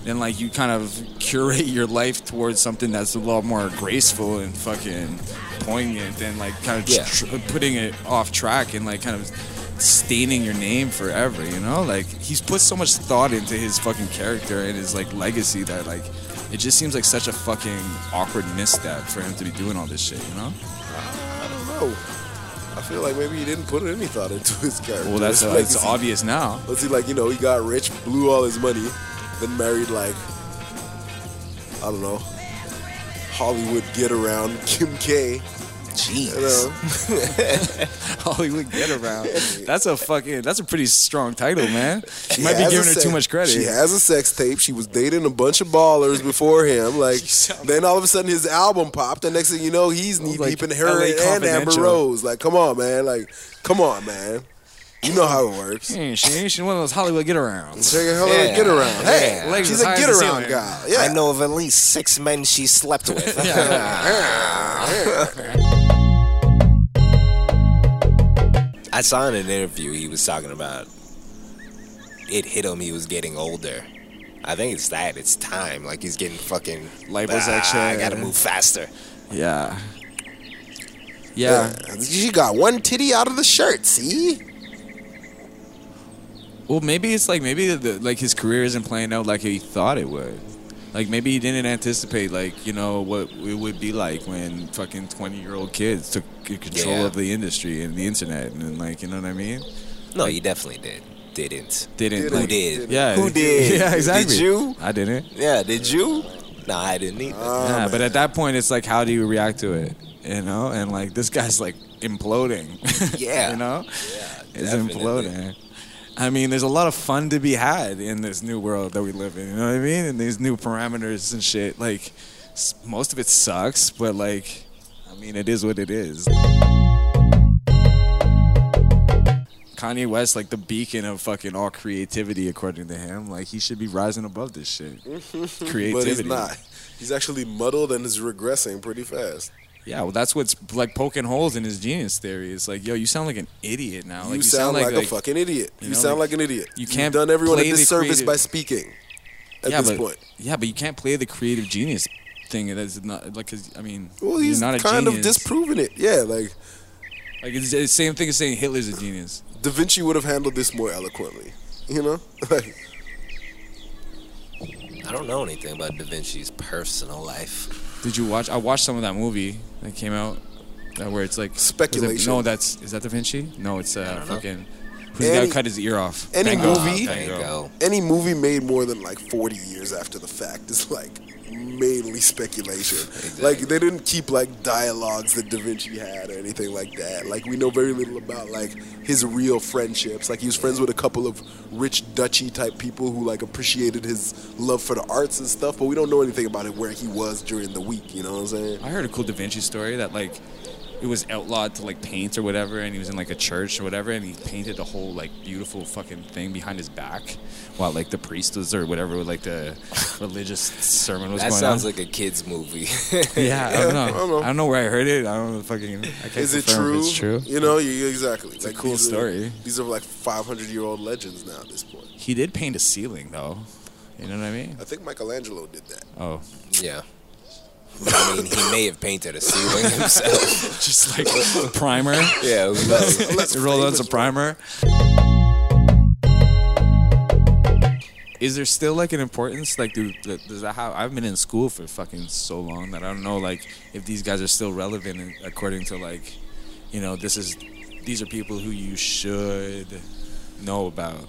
Then like you kind of curate your life towards something that's a lot more graceful and fucking poignant than like kind of
Yeah.
tr- putting it off track and like kind of staining your name forever you know like he's put so much thought into his fucking character and his like legacy that like it just seems like such a fucking awkward misstep for him to be doing all this shit you know
I don't know. I feel like maybe he didn't put any thought into his character.
well that's
His
uh, it's
legacy.
obvious now
Let's see, like you know, he got rich, blew all his money, then married like I don't know, Hollywood get around Kim K.
Jeez.
You know,
Hollywood get around. That's a fucking. That's a pretty strong title, man. You might be
She has a
giving her
sex-
too much credit.
She has a sex tape. She was dating a bunch of ballers before him. Like
sound-
then all of a sudden his album popped, and next thing you know, he's knee
like
deep in her
LA
and Amber
Confidential.
Rose. Like, come on, man. Like, come on, man. You know how it works.
Hmm, she ain't. She's one of those Hollywood get arounds.
Take her
Yeah.
get around. Hey,
Yeah.
Legs
she's
as
a
high as
get
the
around
ceiling.
guy. Yeah.
I know of at least six men she slept with. I saw in an interview he was talking about it hit him he was getting older. I think it's that. It's time. Like he's getting fucking
Liposuction.
"Ah, I gotta move faster.
Yeah.
Yeah.
Yeah.
She got one titty out of the shirt. See?
Well, maybe it's like maybe the, like his career isn't playing out like he thought it would. Like maybe he didn't anticipate like you know what it would be like when fucking twenty year old kids took c- control
Yeah.
of the industry and the internet and then, like you know what I mean?
No, you definitely did. Didn't.
Didn't
Didn't.
like,
Who did?
Yeah.
Who did?
Yeah, exactly.
Did you?
I didn't.
Yeah, did you? Uh. No, I didn't either.
yeah, but at that point it's like how do you react to it? You know, and like this guy's like imploding.
Yeah.
you know. It's
Definitely.
imploding. I mean, there's a lot of fun to be had in this new world that we live in. You know what I mean? And these new parameters and shit. Like, s- most of it sucks, but like, I mean, it is what it is. Kanye West, like the beacon of fucking all creativity, according to him. Like, he should be rising above this shit. Creativity.
But he's not. He's actually muddled and is regressing pretty fast.
Yeah, well, that's what's like poking holes in his genius theory. It's like, yo, you sound like an idiot now.
you, sound, like, a fucking idiot. You,
you know,
sound
like,
like, an idiot.
you
You've
can't
done everyone a
play the
disservice
creative-
by speaking. At this
but,
point,
Yeah, but you can't play the creative genius thing. That's not like 'cause, I mean,
well,
you're
he's
not a
kind of
genius.
disproving it. Yeah, like
like it's the same thing as saying Hitler's a genius.
Da Vinci would have handled this more eloquently. You know, like
I don't know anything about Da Vinci's personal life.
Did you watch? I watched some of that movie that came out, uh, where it's like was it-
Speculation.
no, that's is that Da Vinci? No, it's uh,
don't know.
fucking. Who's the guy
Any-
who cut his ear off?
any
Van Gogh.
movie-
Van Gogh.
Go.
any movie made more than like 40 years after the fact is like mainly speculation. Like they didn't keep like dialogues that Da Vinci had or anything like that. Like we know very little about like his real friendships. Like he was friends with a couple of rich duchy type people who like appreciated his love for the arts and stuff, but we don't know anything about it where he was during the week, you know what I'm saying?
I heard a cool Da Vinci story that like it was outlawed to like paint or whatever, and he was in like a church or whatever, and he painted a whole like beautiful fucking thing behind his back while like the priest was or whatever, like the religious sermon was
That
going
sounds
on.
like a kid's movie.
yeah, I, don't know. I
don't
don't
know.
know. where I heard it. I don't know. Fucking. I can't
Is it
confirm
true?
if It's true.
You know, you, exactly. It's
a cool story.
these are like 500 year old legends now at this point.
He did paint a ceiling though. You know what I mean?
I think Michelangelo did that.
Oh,
yeah. I mean, he may have painted a ceiling himself.
just like primer.
yeah, who knows?
Let's roll on some primer. Is there still like an importance? Like, do th- does that have? I've been in school for fucking so long that I don't know like if these guys are still relevant in- according to like, you know, this is these are people who you should know about.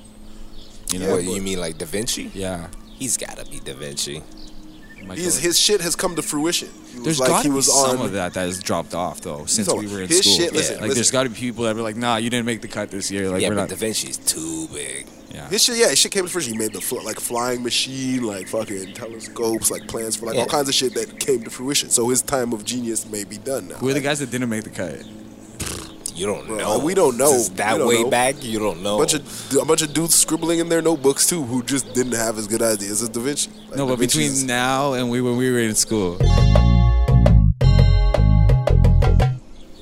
You know,
what, you mean like Da Vinci?
yeah.
He's gotta be Da Vinci.
Michael-
He's, his shit has come to fruition. He was
There's
like
got
he
to be
was
some
on.
of that that has dropped off though since
on-
we were in
his
school.
shit- listen,
like, there's
listen.
got to be people that were like, nah, you didn't make the cut this year. Like,
yeah,
we're
but
not.
Da Vinci's too big.
yeah.
His shit, yeah, his shit came to fruition. He made the fl- like flying machine, like fucking telescopes, like plans for like all
Yeah.
kinds of shit that came to fruition. So his time of genius may be done now.
Who are the guys that didn't make the cut?
You don't
Bro,
know.
we don't know.
This is
We
that
don't
way
know.
back, you don't know.
a bunch of a bunch of dudes scribbling in their notebooks too, who just didn't have as good ideas as Da Vinci. Like,
No,
Da
but between
Vinci's-
now and we when we were in school,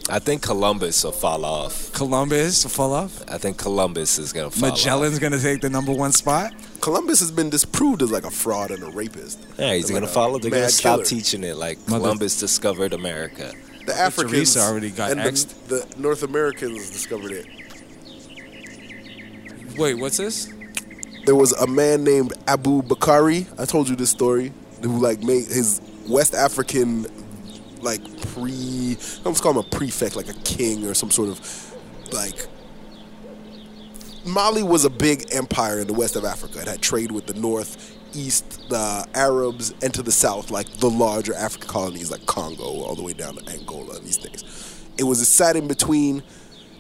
I think Columbus will fall off.
Columbus will fall off.
I think Columbus is gonna fall
Magellan's gonna take the number one spot.
Columbus has been disproved as like a fraud and a rapist.
off. Yeah, he's
Like
gonna
a
follow. They're gonna
mad
stop
Uh, killer.
teaching it. Like
Mother-
Columbus discovered America.
The Africans
Teresa already got
and
exed.
the, the North Americans discovered it.
Wait, what's this?
there was a man named Abu Bakari. I told you this story. Who like made his West African like pre? I almost call him a prefect, like a king or some sort of like. Mali was a big empire in the west of Africa. It had trade with the north, east, the Arabs, and to the south, like the larger African colonies like Congo, all the way down to Angola and these things. It was sat in between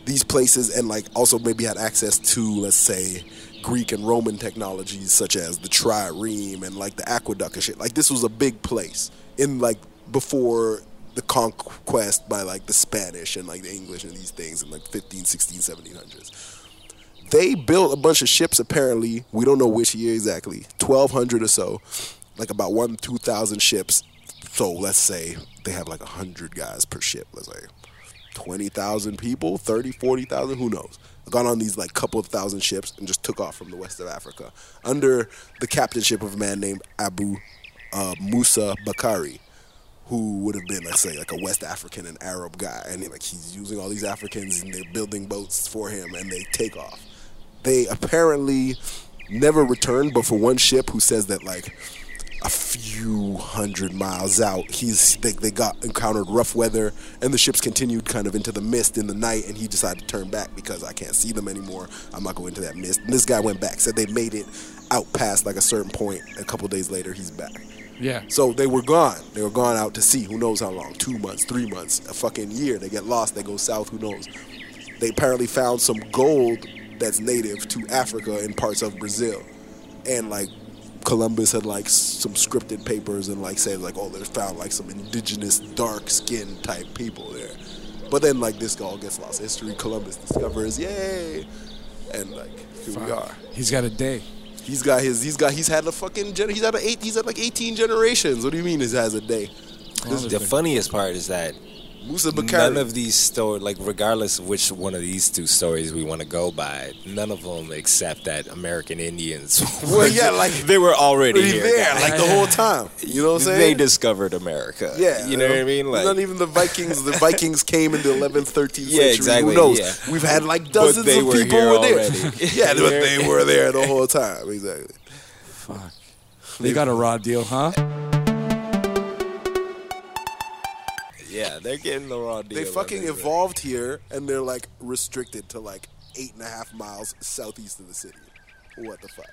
these places and like also maybe had access to, let's say, Greek and Roman technologies such as the trireme and like the aqueduct and shit. Like this was a big place in like before the conquest by like the Spanish and like the English and these things in like 15, 16, 1700s they built a bunch of ships apparently we don't know which year exactly 1200 or so like about 1 2000 ships so let's say they have like 100 guys per ship let's say 20,000 people 30 40,000 who knows got on these like couple of thousand ships and just took off from the west of africa under the captainship of a man named abu uh, musa bakari who would have been, let's say, like a West African and Arab guy, and like he's using all these Africans and they're building boats for him, and they take off. They apparently never returned, but for one ship who says that like a few hundred miles out, he's they, they got encountered rough weather, and the ships continued kind of into the mist in the night, and he decided to turn back because I can't see them anymore. I'm not going into that mist. And this guy went back, said they made it out past like a certain point. A couple days later, he's back.
Yeah.
So they were gone. They were gone out to sea. Who knows how long? Two months, three months, a fucking year. They get lost. They go south. Who knows? They apparently found some gold that's native to Africa in parts of Brazil, and like Columbus had like s- some scripted papers and like said like oh they found like some indigenous dark skin type people there, but then like this all gets lost. History. Columbus discovers. Yay! And like here we are.
He's got a day.
He's got his. He's got. He's had a fucking. Gen- he's had a eight. He's had like eighteen generations. What do you mean? He has a day.
The funniest part is that
Musa
none
Bakari.
of these stories, like regardless of which one of these two stories we want to go by, none of them except that American Indians.
Well,
were-
yeah, like-
they were already
He's
here.
there
guys.
like the whole time. You know what I'm
They
saying?
discovered America.
yeah,
you know what I mean. Like,
not even the Vikings. The Vikings came in the 11th, 13th
Yeah,
century.
exactly,
Who knows?
yeah.
We've had like dozens
they
of
were
people
here
were there.
already.
yeah, but they were there the whole time. Exactly.
Fuck. They got a raw deal, huh?
yeah, they're getting the raw deal.
They
on
fucking
this, man.
evolved here, and they're like restricted to like eight and a half miles southeast of the city. What the fuck?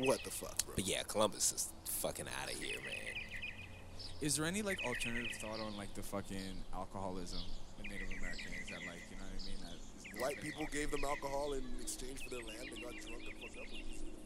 What the fuck, bro?
But yeah, Columbus is fucking out of here, man.
Is there any like alternative thought on like the fucking alcoholism in Native Americans that like you know what I mean? That is-
White people gave them alcohol in exchange for their land. They got drunk and fucked up. with it.